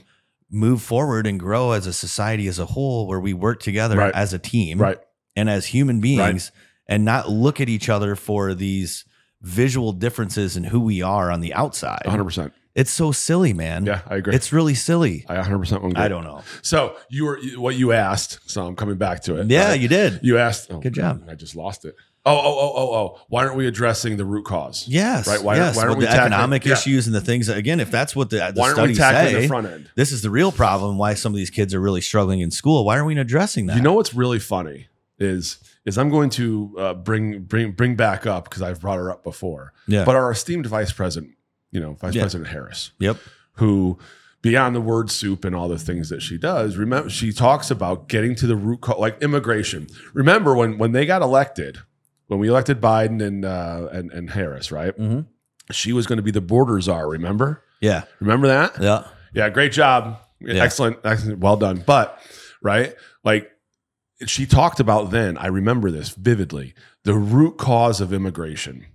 A: move forward and grow as a society as a whole where we work together
B: Right.
A: as a team
B: right.
A: and as human beings and not look at each other for these visual differences in who we are on the outside.
B: 100%.
A: It's so silly, man.
B: Yeah, I agree.
A: It's really silly.
B: I 100% agree.
A: I don't know.
B: So, you were what you asked, so I'm coming back to it.
A: Yeah,
B: right?
A: you did.
B: You asked. Oh,
A: Good job.
B: I just lost it. Oh, oh, oh, oh, oh. Why aren't we addressing the root cause?
A: Yes.
B: Right, why-
A: yes.
B: why aren't
A: Well,
B: we
A: the
B: tackling-
A: economic
B: yeah.
A: issues and the things that, again, if that's what the, the
B: Why aren't we
A: studies
B: tackling
A: say,
B: the front end?
A: this is the real problem. Why some of these kids are really struggling in school. Why aren't we addressing that?
B: You know what's really funny is is I'm going to uh, bring bring bring back up because I've brought her up before.
A: Yeah.
B: But our esteemed vice president, you know, Vice
A: Yeah.
B: President Harris,
A: yep.
B: who beyond the word soup and all the things that she does, remember she talks about getting to the root cause, like immigration. Remember when when they got elected, when we elected Biden and uh, and and Harris, right?
A: Mhm.
B: She was going to be the border czar. Remember?
A: Yeah.
B: Remember that?
A: Yeah.
B: Yeah, great job.
A: Yeah.
B: Excellent, excellent, well done. But right, like she talked about then, I remember this vividly. The root cause of immigration.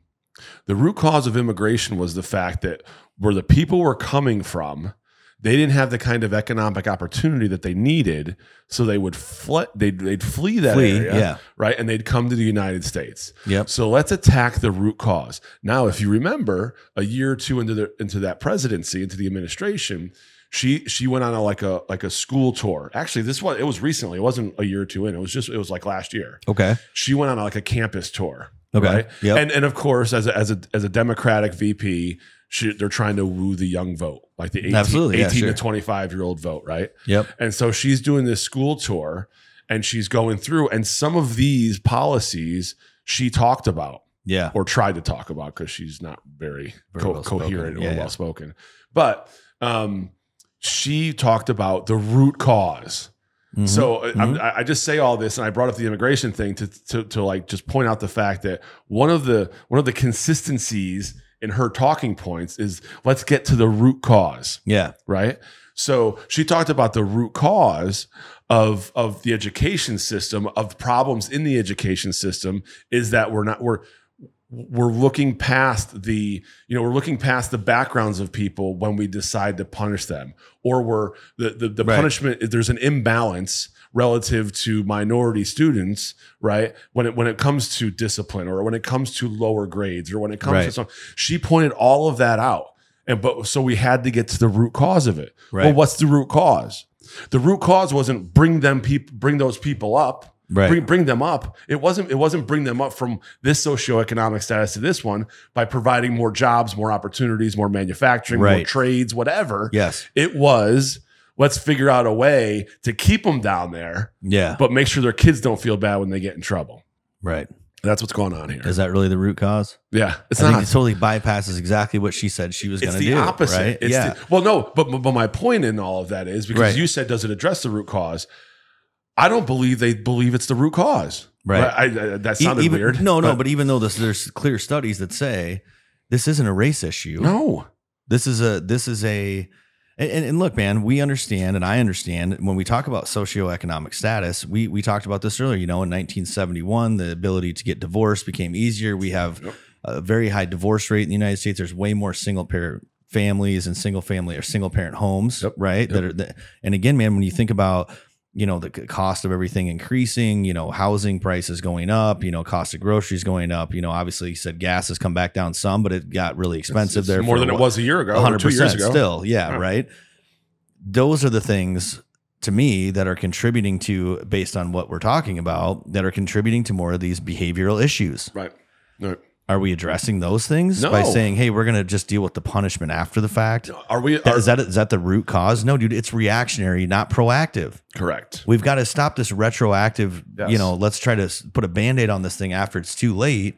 B: The root cause of immigration was the fact that where the people were coming from, they didn't have the kind of economic opportunity that they needed, so they would fle- they'd, they'd flee that
A: Flee,
B: area,
A: yeah.
B: right, and they'd come to the United States.
A: Yep.
B: So let's attack the root cause. Now, if you remember, a year or two into the into that presidency, into the administration, she she went on a like a like a school tour. Actually, this was it was recently. It wasn't a year or two in. It was just it was like last year.
A: Okay.
B: She went on like a campus tour.
A: Okay.
B: Right?
A: Yep.
B: And and of course, as a as a as a Democratic VP, she, they're trying to woo the young vote, like the 18,
A: Absolutely, yeah,
B: 18
A: sure.
B: to twenty five year old vote, right?
A: yep.
B: And so she's doing this school tour and she's going through, and some of these policies she talked about
A: Yeah.
B: or tried to talk about because she's not very,
A: Very
B: co-
A: well-spoken.
B: coherent
A: Yeah,
B: or
A: yeah.
B: well spoken. But um, she talked about the root because
A: Mhm.
B: So uh, I'm, I I just say all this, and I brought up the immigration thing to, to to like just point out the fact that one of the one of the consistencies in her talking points is let's get to the root cause
A: yeah.
B: right? So she talked about the root cause of of the education system of problems in the education system is that we're not we're we're looking past the you know we're looking past the backgrounds of people when we decide to punish them or we're the the, the
A: Right.
B: punishment there's an imbalance relative to minority students right when it when it comes to discipline or when it comes to lower grades or when it comes to
A: Right.
B: something she pointed all of that out and but so we had to get to the root cause of it
A: Right.
B: well what's the root cause the root cause wasn't bring them people bring those people up
A: Right.
B: bring, bring them up it wasn't it wasn't bring them up from this socioeconomic status to this one by providing more jobs more opportunities more manufacturing more
A: Right.
B: trades whatever
A: Yes.
B: it was let's figure out a way to keep them down there
A: Yeah.
B: but make sure their kids don't feel bad when they get in trouble
A: Right.
B: that's what's going on here
A: Is that really the root cause?
B: yeah it's
A: I
B: not
A: think it totally bypasses exactly what she said she was going
B: it's
A: to
B: the
A: do.
B: opposite.
A: Right?
B: It's
A: yeah.
B: the- well, no, but but my point in all of that is because
A: Right.
B: you said does it address the root cause? I don't believe they believe it's the root cause.
A: Right.
B: But I, I, that
A: E-
B: sounded
A: even-
B: weird.
A: No, no, but, even though this, there's clear studies that say this isn't a race issue.
B: no.
A: This is a this is a and, and, and look, man, we understand and I understand when we talk about socioeconomic status, we we talked about this earlier, you know, in 1971, the ability to get divorced became easier. We have
B: Yep.
A: a very high divorce rate in the United States. There's way more single parent families and single family or single parent homes,
B: Yep.
A: right? That
B: Yep.
A: are that, and again, man, when you think about you know the c- cost of everything increasing you know housing prices going up you know cost of groceries going up you know obviously you said gas has come back down some but it got really expensive
B: It's
A: there
B: more
A: for
B: than
A: a
B: it
A: wh-
B: was a year ago, or
A: hundred
B: two years
A: percent
B: ago.
A: still. Yeah,
B: Yeah.
A: right. Those are the things to me that are contributing to, based on what we're talking about, that are contributing to more of these behavioral issues.
B: Right. No.
A: Are we addressing those things
B: No.
A: by saying, "Hey, we're going to just deal with the punishment after the fact"?
B: Are we?
A: That-
B: are-
A: Is that is that the root cause? No, dude, it's reactionary, not proactive.
B: correct?
A: We've got to stop this retroactive. You
B: Yes.
A: know, let's try to s- put a band-aid on this thing after it's too late.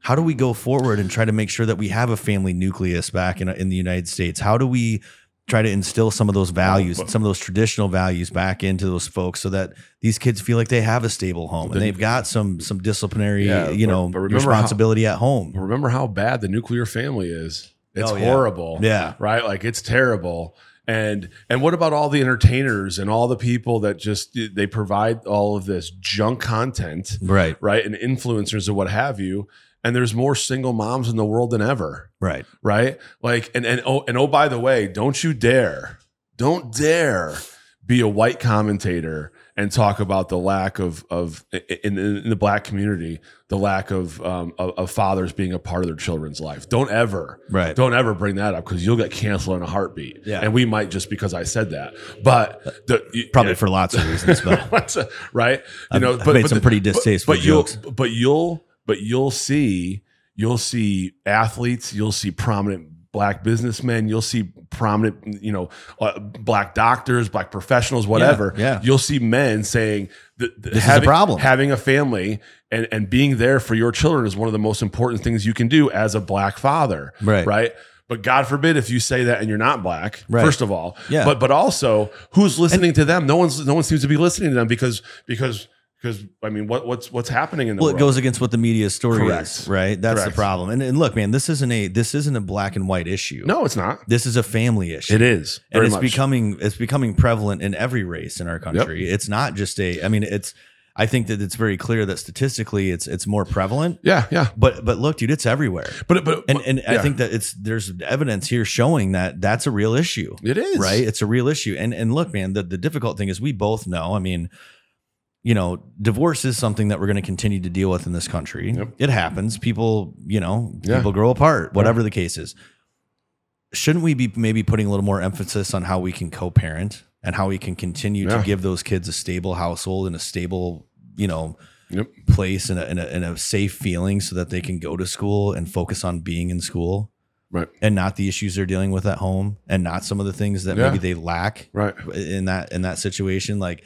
A: How do we go forward and try to make sure that we have a family nucleus back in, in the United States? How do we try to instill some of those values,
B: Well,
A: some of those traditional values back into those folks so that these kids feel like they have a stable home and
B: Then-
A: they've got some some disciplinary,
B: Yeah,
A: you
B: but-
A: know,
B: but remember how-
A: responsibility at home.
B: Remember how bad the nuclear family is? It's
A: Oh, yeah.
B: horrible.
A: Yeah.
B: right? Like it's terrible. And and what about all the entertainers and all the people that just they provide all of this junk content,
A: Right.
B: right? And influencers and what have you. And there's more single moms in the world than ever,
A: Right.
B: right? Like and and oh and oh by the way, don't you dare, don't dare be a white commentator and talk about the lack of of in, in in the black community, the lack of, um, of of fathers being a part of their children's life. Don't ever,
A: Right.
B: don't ever bring that up because you'll get canceled in a heartbeat.
A: Yeah.
B: And we might just because I said that. But the,
A: Probably for lots of reasons, but
B: right? You
A: I've-
B: know,
A: I've made some pretty
B: but-
A: distasteful
B: but, you'll,
A: jokes.
B: But you'll but you'll see you'll see athletes, you'll see prominent black businessmen, you'll see prominent you know uh, black doctors, black professionals, whatever.
A: yeah.
B: You'll see men saying that, that
A: This is a
B: having,
A: problem.
B: Having a family and and being there for your children is one of the most important things you can do as a black father.
A: Right.
B: Right. But God forbid if you say that and you're not black.
A: Right.
B: First of all,
A: Yeah.
B: But but also, who's listening to them? No one's no one seems to be listening to them because because because I mean, what what's what's happening in the
A: well, it
B: world?
A: goes against what the media's story
B: Correct.
A: is, right? That's the
B: Correct.
A: problem. And, and look, man, this isn't a this isn't a black and white issue.
B: no, it's not.
A: this is a family issue.
B: is,
A: and it's becoming it's becoming prevalent in every race in our country. It's not just a. I mean, it's. I think that it's very clear that statistically, it's it's more prevalent.
B: yeah, yeah.
A: But but look, dude, it's everywhere.
B: But but
A: And and I
B: yeah.
A: think that it's there's evidence here showing that that's a real issue
B: it is
A: right it's a real issue and and look man the, the difficult thing is we both know i mean you know divorce is something that we're going to continue to deal with in this country
B: Yep.
A: it happens people you know
B: Yeah.
A: people grow apart whatever the case is shouldn't we be maybe putting a little more emphasis on how we can co-parent and how we can continue
B: Yeah.
A: to give those kids a stable household and a stable you know
B: Yep.
A: place and a, and, a, and a safe feeling so that they can go to school and focus on being in school
B: Right.
A: and not the issues they're dealing with at home and not some of the things that
B: Yeah.
A: maybe they lack
B: Right.
A: in that in that situation like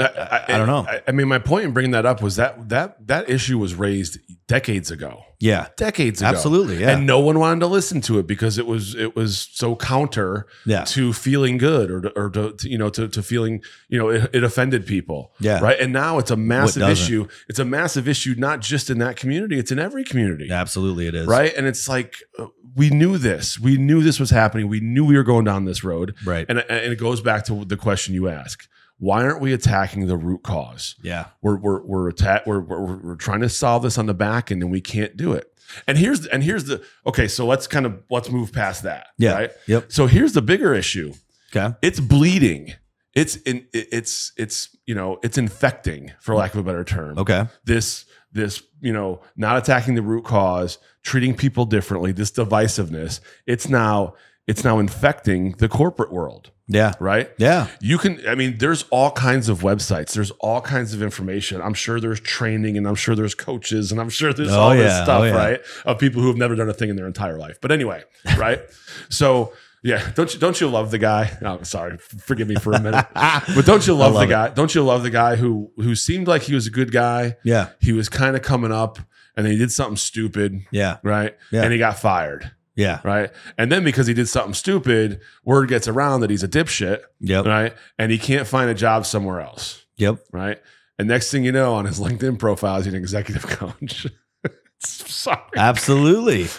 B: I, I,
A: I don't know.
B: I, I mean, my point in bringing that up was that that that issue was raised decades ago.
A: yeah
B: Decades ago.
A: absolutely yeah
B: And no one wanted to listen to it because it was it was so counter
A: yeah
B: to feeling good or to, or to, to, you know to, to feeling you know it, it offended people
A: Yeah.
B: right and now it's a massive
A: doesn't?
B: issue it's a massive issue not just in that community it's in every community
A: absolutely it is
B: right and it's like uh, we knew this we knew this was happening we knew we were going down this road
A: right
B: and, and it goes back to the question you ask why aren't we attacking the root cause
A: yeah
B: we're we're we're, atta- we're we're we're trying to solve this on the back end and we can't do it and here's and here's the okay so let's kind of let's move past that
A: yeah
B: right
A: yep
B: so here's the bigger issue
A: okay
B: it's bleeding. It's in, it- it's it's you know it's infecting for lack of a better term.
A: okay
B: This this you know not attacking the root cause, treating people differently, this divisiveness. It's now it's now infecting the corporate world,
A: yeah
B: right?
A: yeah
B: You can I mean there's all kinds of websites, there's all kinds of information. I'm sure there's training and I'm sure there's coaches and I'm sure there's
A: Oh,
B: all this
A: yeah.
B: stuff,
A: Oh, yeah.
B: right? Of people who have never done a thing in their entire life. But anyway, right? so yeah, don't you don't you love the guy? No, sorry, forgive me for a minute. but don't you love,
A: love
B: the
A: it.
B: guy? Don't you love the guy who who seemed like he was a good guy?
A: yeah
B: He was kind of coming up and then he did something stupid,
A: yeah
B: right?
A: Yeah.
B: And he got fired,
A: yeah
B: right? And then because he did something stupid, word gets around that he's a dipshit
A: yep
B: right? And he can't find a job somewhere else,
A: Yep.
B: right? And next thing you know, on his LinkedIn profile, he's an executive coach.
A: Uh,
B: Sorry,
A: Absolutely.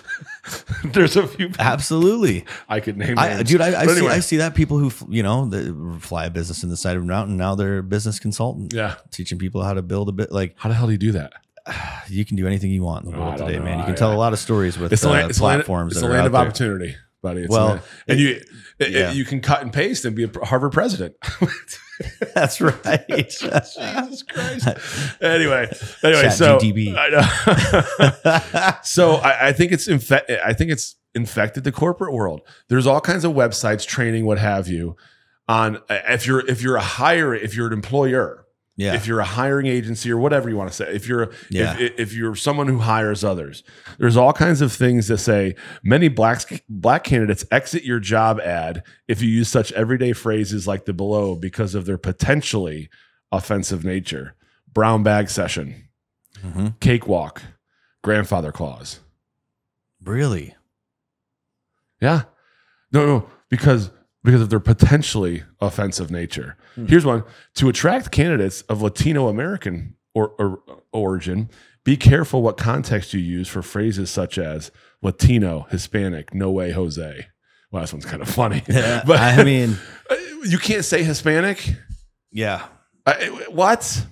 B: there's a few
A: Absolutely.
B: I could name.
A: uh, I,
B: names.
A: dude, I, I,
B: But
A: see,
B: anyway.
A: I see that people who, you know, the, fly a business in the side of a mountain. Now they're a business consultant,
B: yeah.
A: teaching people how to build a bit. Like
B: How the hell do you do that?
A: you can do anything you want in the
B: Oh, I
A: world
B: don't
A: today,
B: know.
A: man. You
B: I-
A: can tell a lot of stories with
B: It's the
A: uh,
B: land, it's the land,
A: platforms
B: it's
A: that
B: the
A: are
B: land
A: out
B: of
A: there.
B: opportunity, buddy. It's
A: Well,
B: well, and you, it-
A: yeah.
B: you can cut and paste and be a Harvard president.
A: That's right.
B: Jesus Christ. Anyway, anyway, so
A: ChatGTB.
B: I know. so I, I think it's infe- I think it's infected the corporate world. There's all kinds of websites, training, what have you, on uh, if you're if you're a hire if you're an employer,
A: yeah.
B: if you're a hiring agency or whatever you want to say, if you're
A: Yeah.
B: if, if you're someone who hires others, there's all kinds of things that say many blacks black candidates exit your job ad if you use such everyday phrases like the below because of their potentially offensive nature. Brown bag session,
A: Mhm.
B: cakewalk, grandfather clause.
A: Really?
B: Yeah. No, no, because because of their potentially offensive nature.
A: Hmm.
B: Here's one to attract candidates of Latino American or, or origin. Be careful what context you use for phrases such as Latino, Hispanic, no way, Jose. Well, this one's kind of funny,
A: Yeah,
B: but Uh,
A: I mean,
B: you can't say Hispanic.
A: yeah.
B: I, what?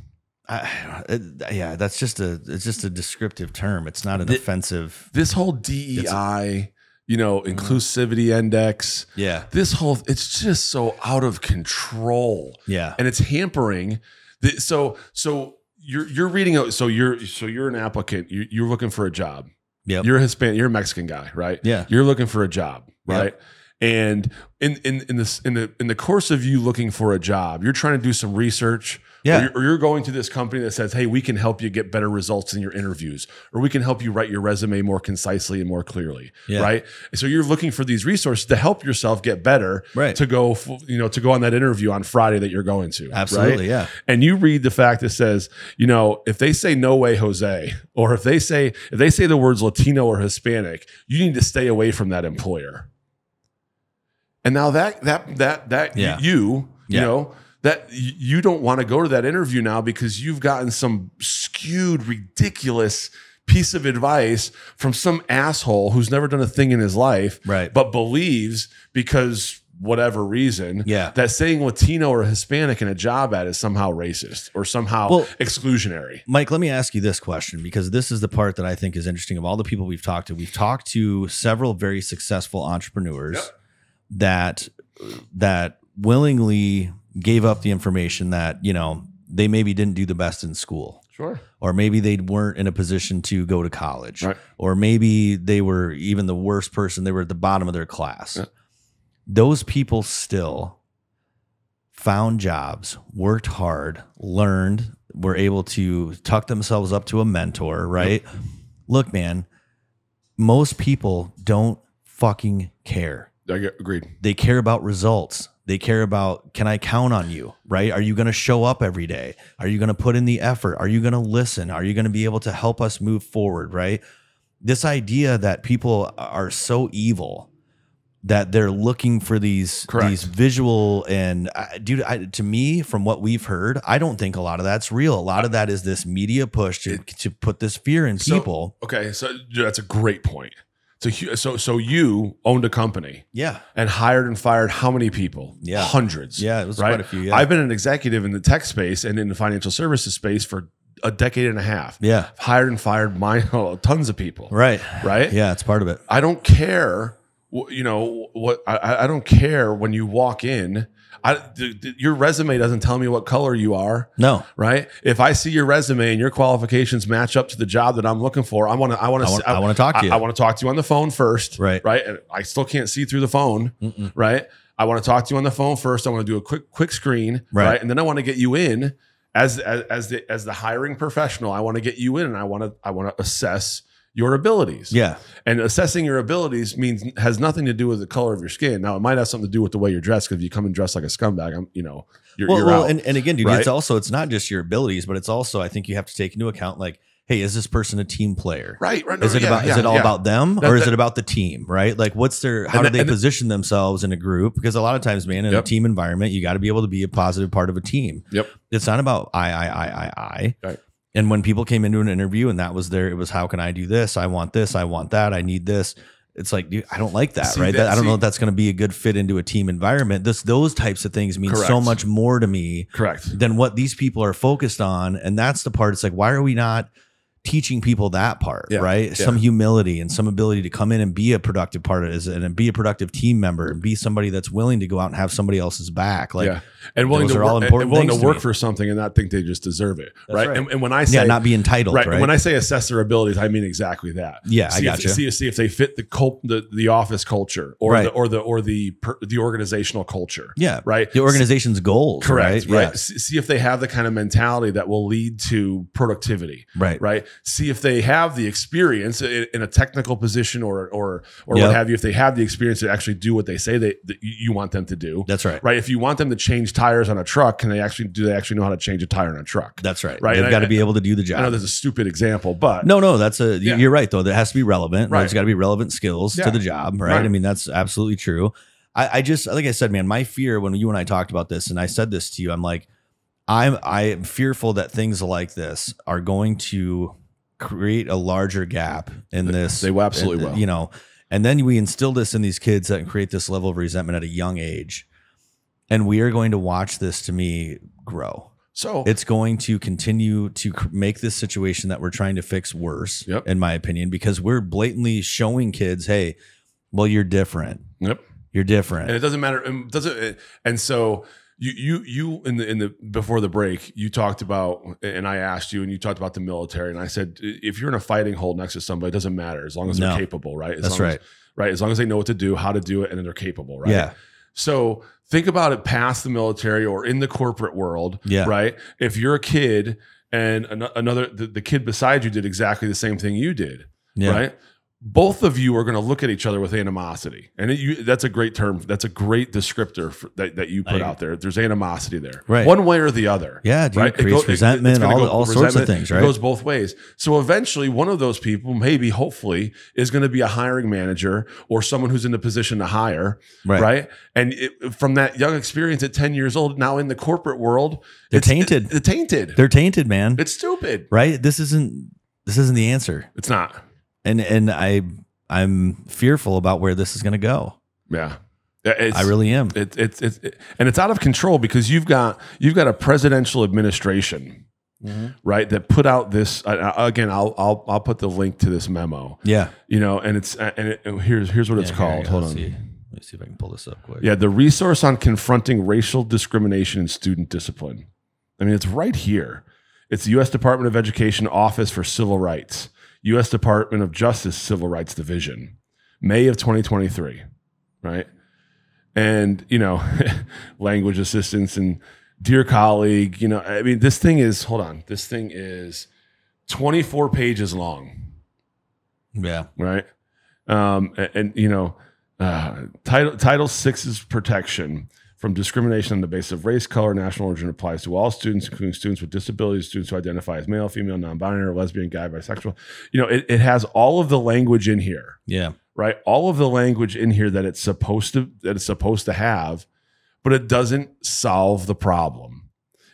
A: I, it, yeah, that's just a it's just a descriptive term. It's not an
B: The-
A: offensive.
B: This whole DEI, you know,
A: Mm.
B: inclusivity index.
A: Yeah,
B: This whole it's just so out of control.
A: yeah,
B: and it's hampering the, so so you're you're reading a- so you're so you're an applicant you, you're looking for a job
A: Yep.
B: you're a hispanic you're a mexican guy right
A: yeah,
B: you're looking for a job
A: Yep.
B: right and in in in this in the in the course of you looking for a job you're trying to do some research or
A: yeah,
B: you're, or you're going to this company that says hey we can help you get better results in your interviews or we can help you write your resume more concisely and more clearly
A: yeah.
B: right so you're looking for these resources to help yourself get better
A: Right.
B: to go f- you know to go on that interview on friday that you're going to right?
A: Absolutely. Yeah.
B: and you read the fact that says, you know, if they say no way Jose, or if they say if they say the words Latino or Hispanic, you need to stay away from that employer. And now that that that that
A: Yeah.
B: you you
A: Yeah.
B: know that y- you don't want to go to that interview now because you've gotten some skewed, ridiculous piece of advice from some asshole who's never done a thing in his life,
A: Right.
B: but believes because whatever reason
A: Yeah.
B: that saying Latino or Hispanic in a job ad is somehow racist or somehow
A: Well-
B: exclusionary.
A: Mike, let me ask you this question because this is the part that I think is interesting of all the people we've talked to. We've talked to several very successful entrepreneurs
B: Yep.
A: that that willingly gave up the information that, you know, they maybe didn't do the best in school
B: Sure.
A: or maybe they weren't in a position to go to college
B: Right.
A: or maybe they were even the worst person they were at the bottom of their class
B: Yeah.
A: those people still found jobs worked hard learned were able to tuck themselves up to a mentor right look man most people don't fucking care
B: I get, agreed.
A: they care about results. They care about can I count on you, right? Are you going to show up every day? Are you going to put in the effort? Are you going to listen? Are you going to be able to help us move forward, right? This idea that people are so evil that they're looking for these
B: Correct.
A: these visual and I, dude, I, to me, from what we've heard, I don't think a lot of that's real. A lot of that is this media push to to put this fear in
B: So-
A: people.
B: Okay, so yeah, that's a great point. So hu- so so you owned a company
A: Yeah,
B: and hired and fired how many people?
A: Yeah.
B: hundreds.
A: yeah, it was
B: Right.
A: quite a few. Yeah,
B: I've been an executive in the tech space and in the financial services space for a decade and a half.
A: yeah,
B: I've hired and fired my tons of people.
A: right,
B: Right?
A: yeah, it's part of it.
B: I don't care. wh- You know what? I- I, I don't care when you walk in. I, th- th- your resume doesn't tell me what color you are,
A: No,
B: right? If I see your resume and your qualifications match up to the job that I'm looking for, I want to. I want
A: I
B: to.
A: want, I want to talk to you.
B: I, want to talk to you on the phone first,
A: Right.
B: Right. And I still can't see through the phone,
A: Mm-mm.
B: right? I want to talk to you on the phone first. I want to do a quick quick screen,
A: Right.
B: And then I want to get you in as as, as the as the hiring professional. I want to get you in, and I want to I want to assess your abilities.
A: Yeah.
B: And assessing your abilities means has nothing to do with the color of your skin. Now it might have something to do with the way you're dressed. Because if you come and dress like a scumbag, I'm you know you're,
A: Well,
B: you're
A: well
B: out.
A: and, and again, dude,
B: right?
A: it's also it's not just your abilities, but it's also I think you have to take into account like hey, is this person a team player?
B: Right. right
A: Is it
B: yeah,
A: about is
B: yeah,
A: it all
B: yeah.
A: about them
B: That-
A: or is
B: that-
A: it about the team? Right? Like what's their how do
B: And that-
A: they
B: and-
A: position themselves in a group? Because a lot of times, man, in
B: Yep.
A: a team environment, you got to be able to be a positive part of a team.
B: Yep.
A: It's not about I I I I I.
B: Right.
A: And when people came into an interview and that was their, it was how can I do this? I want this. I want that. I need this. It's like, dude, I don't like that,
B: See,
A: right?
B: that-
A: That, I don't know
B: see-
A: if that's going to be a good fit into a team environment. This, those types of things mean so
B: Correct.
A: much more to me
B: Correct.
A: than what these people are focused on. And that's the part. It's like, why are we not teaching people that part,
B: Yeah,
A: right?
B: yeah.
A: Some humility and some ability to come in and be a productive part of it and be a productive team member and be somebody that's willing to go out and have somebody else's back. Like,
B: yeah. And willing
A: those
B: to
A: are
B: work,
A: all
B: and-
A: important
B: and willing to
A: things to
B: work
A: me.
B: for something and not think they just deserve it.
A: That's
B: Right.
A: right.
B: And, and when I say
A: yeah, not be entitled,
B: right,
A: right?
B: and when I say assess their abilities, I mean exactly that.
A: yeah, I
B: see
A: gotcha.
B: If, see, see if they fit the cult, the, the office culture or
A: Right.
B: the or the or the per, the organizational culture.
A: yeah.
B: Right.
A: The organization's goals,
B: Correct. Right.
A: right? Yeah,
B: See, see if they have the kind of mentality that will lead to productivity.
A: right.
B: Right. See if they have the experience in, in a technical position or or or
A: Yep.
B: what have you. If they have the experience to actually do what they say they that you you want them to do.
A: That's right.
B: Right. If you want them to change tires on a truck, can they actually do they actually know how to change a tire on a truck?
A: That's right.
B: Right, and
A: They've
B: I-
A: got to be able to do the job.
B: I know that's a stupid example, but
A: No, no, that's a you-
B: Yeah.
A: you're right though. That has to be relevant.
B: Right.
A: There's got to be relevant skills
B: Yeah.
A: to the job, right?
B: Right.
A: I mean, that's absolutely true. I, I just like I said, man, my fear when you and I talked about this, and I said this to you, I'm like, I'm I am fearful that things like this are going to create a larger gap in this.
B: they absolutely
A: and,
B: will.
A: You know, and then we instill this in these kids that create this level of resentment at a young age, and we are going to watch this to me grow
B: so
A: it's going to continue to cr- make this situation that we're trying to fix worse
B: Yep.
A: in my opinion because we're blatantly showing kids hey well you're different
B: Yep.
A: you're different
B: and it doesn't matter. It doesn't. uh, And so you you you in the in the before the break, you talked about, and I asked you, and you talked about the military, and I said if you're in a fighting hold next to somebody, it doesn't matter as long as they're
A: No.
B: capable, right? As
A: that's
B: long
A: right
B: As, right. As long as they know what to do, how to do it, and then they're capable, right?
A: yeah
B: So think about it past the military or in the corporate world,
A: yeah
B: right? If you're a kid and an- another the, the kid beside you did exactly the same thing you did
A: yeah
B: right? Both of you are going to look at each other with animosity, and it, you, that's a great term. That's a great descriptor for, that that you put
A: I-
B: out there. There's animosity there,
A: Right.
B: one way or the other.
A: yeah dude,
B: Right,
A: it creates
B: go- it's
A: resentment
B: gonna
A: all,
B: go-
A: all sorts of
B: resentment,
A: things
B: It
A: right
B: goes both ways. So eventually, one of those people, maybe hopefully, is going to be a hiring manager or someone who's in the position to hire, right? And it, from that young experience at ten years old, now in the corporate world,
A: They're
B: it's-
A: tainted.
B: It, they're tainted.
A: they're tainted man
B: it's stupid.
A: right this isn't this isn't the answer
B: It's not.
A: and and i i'm fearful about where this is going to go
B: Yeah, It's-
A: i really am
B: It, it's it's it, and it's out of control because you've got you've got a presidential administration right that put out this uh, again I'll, I'll I'll put the link to this memo
A: yeah
B: you know and it's uh, and, it, and here's here's what it's
A: Yeah, here,
B: called
A: yeah,
B: hold
A: let's
B: on
A: see. let me see if i can pull this up quick
B: yeah the resource on confronting racial discrimination in student discipline I mean it's right here it's the U.S. Department of Education Office for Civil Rights U.S. Department of Justice Civil Rights Division May of 2023 right? And you know, language assistance and dear colleague, you know, I mean, this thing is hold on, this thing is 24 pages long,
A: yeah
B: right? Um, and, and, you know, uh, title Title Six's protection from discrimination on the basis of race, color, national origin applies to all students, including students with disabilities, students who identify as male, female, non-binary, lesbian, guy, bisexual. You know, it, it has all of the language in here
A: yeah
B: right? All of the language in here that it's supposed to that it's supposed to have, but it doesn't solve the problem.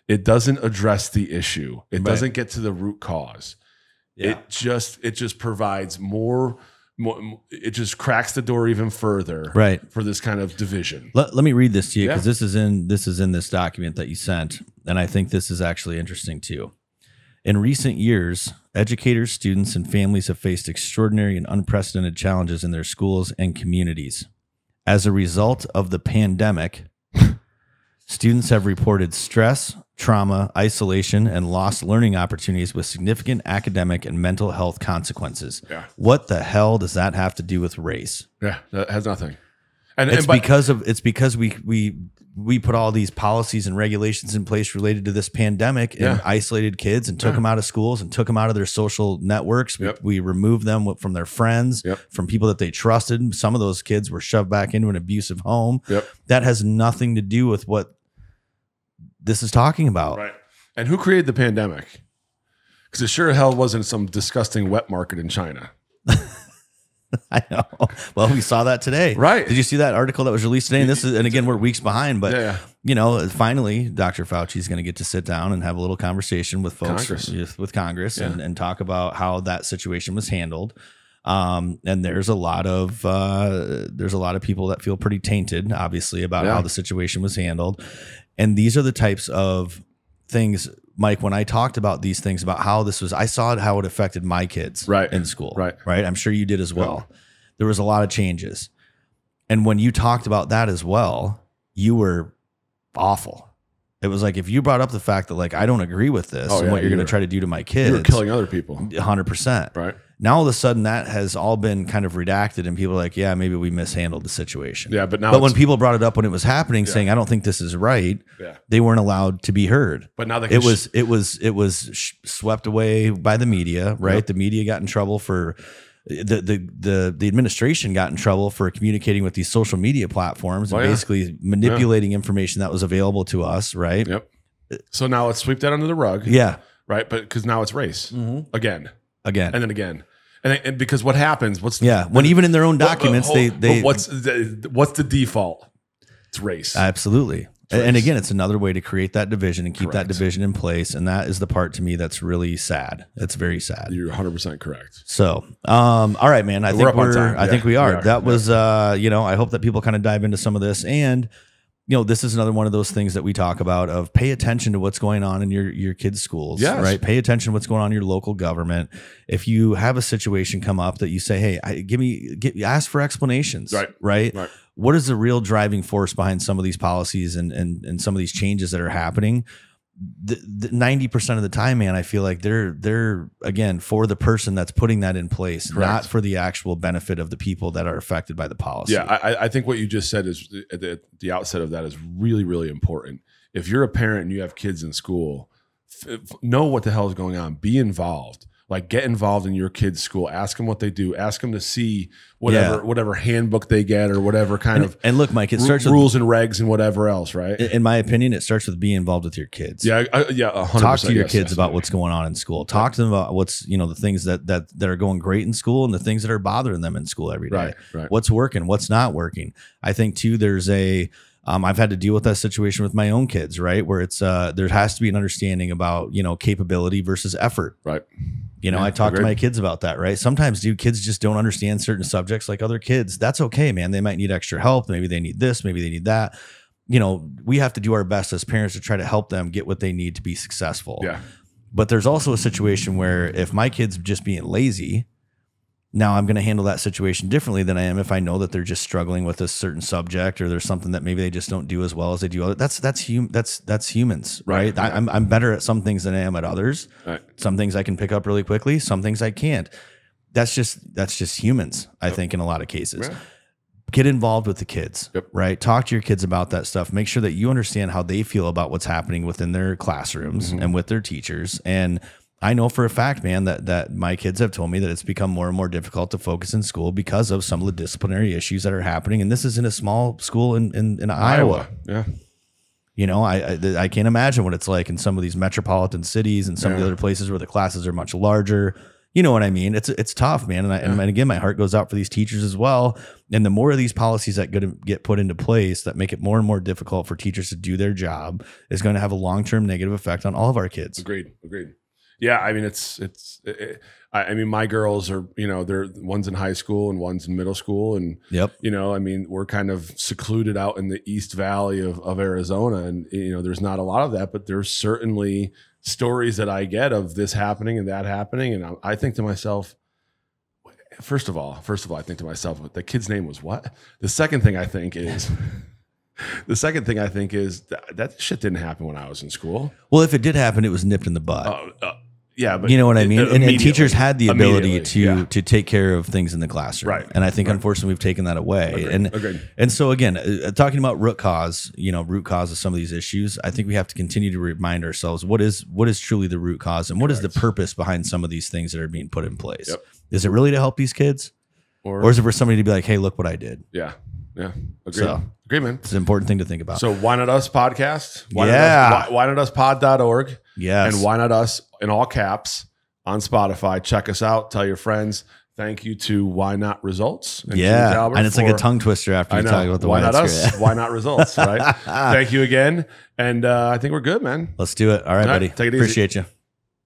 B: It doesn't address the issue. It
A: Right.
B: doesn't get to the root cause.
A: yeah
B: It just it just provides more, more it just cracks the door even further
A: right
B: for this kind of division.
A: Let, let me read this to you
B: Yeah.
A: because this is in this is in this document that you sent, and I think this is actually interesting too. In recent years, educators, students, and families have faced extraordinary and unprecedented challenges in their schools and communities. As a result of the pandemic, students have reported stress, trauma, isolation, and lost learning opportunities with significant academic and mental health consequences.
B: Yeah.
A: What the hell does that have to do with race?
B: Yeah, that has nothing. And,
A: it's
B: and by,
A: because of it's because we we we put all these policies and regulations in place related to this pandemic and
B: Yeah.
A: isolated kids and took
B: Yeah.
A: them out of schools and took them out of their social networks. We,
B: Yep.
A: we removed them wi- from their friends,
B: Yep.
A: from people that they trusted. Some of those kids were shoved back into an abusive home.
B: Yep.
A: That has nothing to do with what this is talking about.
B: right. And who created the pandemic? because it sure hell wasn't some disgusting wet market in China.
A: I know. Well, we saw that today.
B: Right.
A: Did you see that article that was released today? And this is, and again, we're weeks behind, but
B: Yeah.
A: you know, finally, Dr. Fauci is going to get to sit down and have a little conversation with folks
B: Congress.
A: with, with Congress and, and talk about how that situation was handled. Um, and there's a lot of uh, there's a lot of people that feel pretty tainted, obviously, about
B: Yeah.
A: how the situation was handled. And these are the types of things, Mike. When I talked about these things about how this was, I saw how it affected my kids
B: Right.
A: in school,
B: Right.
A: Right. I'm sure you did as
B: Yeah.
A: well. There was a lot of changes, and when you talked about that as well, you were awful. It was like if you brought up the fact that like I don't agree with this
B: Oh,
A: and
B: yeah,
A: what you're
B: you
A: going
B: were-
A: to try to do to my
B: You were
A: kids,
B: killing other people,
A: 100. percent
B: right?
A: Now all of a sudden that has all been kind of redacted and people are like, yeah, maybe we mishandled the situation.
B: Yeah, but now
A: But when
B: it's-
A: people brought it up when it was happening, saying I don't think this is right,
B: yeah,
A: they weren't allowed to be heard.
B: but now they can
A: It was it was it was sh- swept away by the media, right?
B: Yep.
A: The media got in trouble for the the the the administration got in trouble for communicating with these social media platforms and
B: Oh, yeah.
A: basically manipulating information that was available to us, right?
B: Yep. So now let's sweep that under the rug,
A: Yeah. Mm-hmm.
B: right? But because now it's race again,
A: Again.
B: and then again, and, and because what happens? What's
A: yeah. When even in their own
B: but- but
A: documents,
B: uh, hold-
A: they
B: but
A: they
B: what's the, what's the default? It's race.
A: Absolutely. And- And again, it's another way to create that division and keep
B: Correct.
A: that division in place. And that is the part to me that's really sad. That's very sad.
B: You're 100 percent correct.
A: So, um, all right, man. I think
B: up on
A: we're.
B: time.
A: I
B: Yeah,
A: think we
B: we
A: are.
B: are.
A: That was. Uh, you know, I hope that people kind of dive into some of this, and you know, this is another one of those things that we talk about of pay attention to what's going on in your your kids' schools.
B: Yes.
A: Right. Pay attention to what's going on in your local government. If you have a situation come up that you say, "Hey, I, give me, get, ask for explanations."
B: Right.
A: Right.
B: Right.
A: What is the real driving force behind some of these policies and and and some of these changes that are happening? ninety percent of the time, man, I feel like they're they're again for the person that's putting that in place,
B: Correct.
A: not for the actual benefit of the people that are affected by the policy.
B: Yeah, I, I- I think what you just said is at the, at the outset of that is really, really important. If you're a parent and you have kids in school, f- f- know what the hell is going on. Be involved. Like get involved in your kids' school. Ask them what they do. Ask them to see whatever
A: Yeah.
B: whatever handbook they get or whatever kind
A: and,
B: of
A: and look, Mike, it
B: ru-
A: starts
B: rules and regs and whatever else, right?
A: with, in my opinion, it starts with being involved with your kids.
B: yeah, I, I- yeah. 100%,
A: Talk to your
B: yes,
A: kids
B: yes.
A: about what's going on in school. Talk to them about what's you know the things that that that are going great in school and the things that are bothering them in school every day.
B: right, right.
A: what's working what's not working i think too there's a um, i've had to deal with that situation with my own kids right where it's uh, there has to be an understanding about you know capability versus effort
B: Right.
A: you know
B: Yeah,
A: i talk to
B: agreed.
A: my kids about that right sometimes dude kids just don't understand certain subjects like other kids that's okay man they might need extra help maybe they need this maybe they need that you know we have to do our best as parents to try to help them get what they need to be successful
B: Yeah,
A: but there's also a situation where if my kid's just being lazy, now I'm going to handle that situation differently than I am if I know that they're just struggling with a certain subject or there's something that maybe they just don't do as well as they do other. That's that's hum- that's that's humans, right?
B: Right.
A: I, I'm I'm better at some things than I am at others.
B: Right.
A: Some things I can pick up really quickly, some things I can't. That's just that's just humans, I think in a lot of cases
B: Yeah.
A: get involved with the kids,
B: Yep.
A: right? Talk to your kids about that stuff. Make sure that you understand how they feel about what's happening within their classrooms
B: Mm-hmm.
A: and with their teachers. And I know for a fact, man, that that my kids have told me that it's become more and more difficult to focus in school because of some of the disciplinary issues that are happening. And this is in a small school in in, in Iowa.
B: Yeah,
A: You know, I, I th- I can't imagine what it's like in some of these metropolitan cities and some of the
B: Yeah.
A: other places where the classes are much larger. You know what I mean? It's it's tough, man. And, I, and again, my heart goes out for these teachers as well. And the more of these policies that get get put into place that make it more and more difficult for teachers to do their job is going to have a long term negative effect on all of our kids.
B: agreed, agreed. Yeah, I mean it's it's. It, it, I, I mean my girls are you know they're one's in high school and one's in middle school and
A: Yep.
B: you know, I mean, we're kind of secluded out in the East Valley of, of Arizona, and you know, there's not a lot of that, but there's certainly stories that I get of this happening and that happening, and I, I think to myself, first of all, first of all, I think to myself, the kid's name was what? The second thing I think is. The second thing I think is that, that shit didn't happen when I was in school.
A: Well, if it did happen, it was nipped in the butt.
B: Uh, uh, yeah, but
A: you know what I mean?
B: Uh,
A: And, and
B: immediately.
A: teachers had the ability to
B: Immediately, yeah.
A: to take care of things in the classroom,
B: Right.
A: And I think unfortunately we've taken that away. And
B: Agreed.
A: And so again, uh, talking about root cause, you know, root cause of some of these issues, I think we have to continue to remind ourselves what is what is truly the root cause and what is the
B: Correct.
A: purpose behind some of these things that are being put in place.
B: Yep.
A: Is it really to help these kids,
B: Or,
A: or is it for somebody to be like, "Hey, look what I did"?
B: yeah, yeah, agreed,
A: So-
B: agreed, man.
A: It's an important thing to think about.
B: So why not us podcast? Why
A: Yeah.
B: Not us, why, why not us pod.org
A: yes,
B: and why not us in all caps on Spotify. Check us out. Tell your friends. Thank you to Why Not Results. and Keith
A: yeah,
B: Albert
A: and it's like
B: for-
A: a tongue twister after
B: I
A: you
B: know.
A: talk about the
B: why
A: wine.
B: not
A: That's
B: us?
A: great.
B: Why not results? Right. Thank you again, and uh, I think we're good, man.
A: Let's do it. All right,
B: All right,
A: buddy.
B: take it easy.
A: Appreciate you.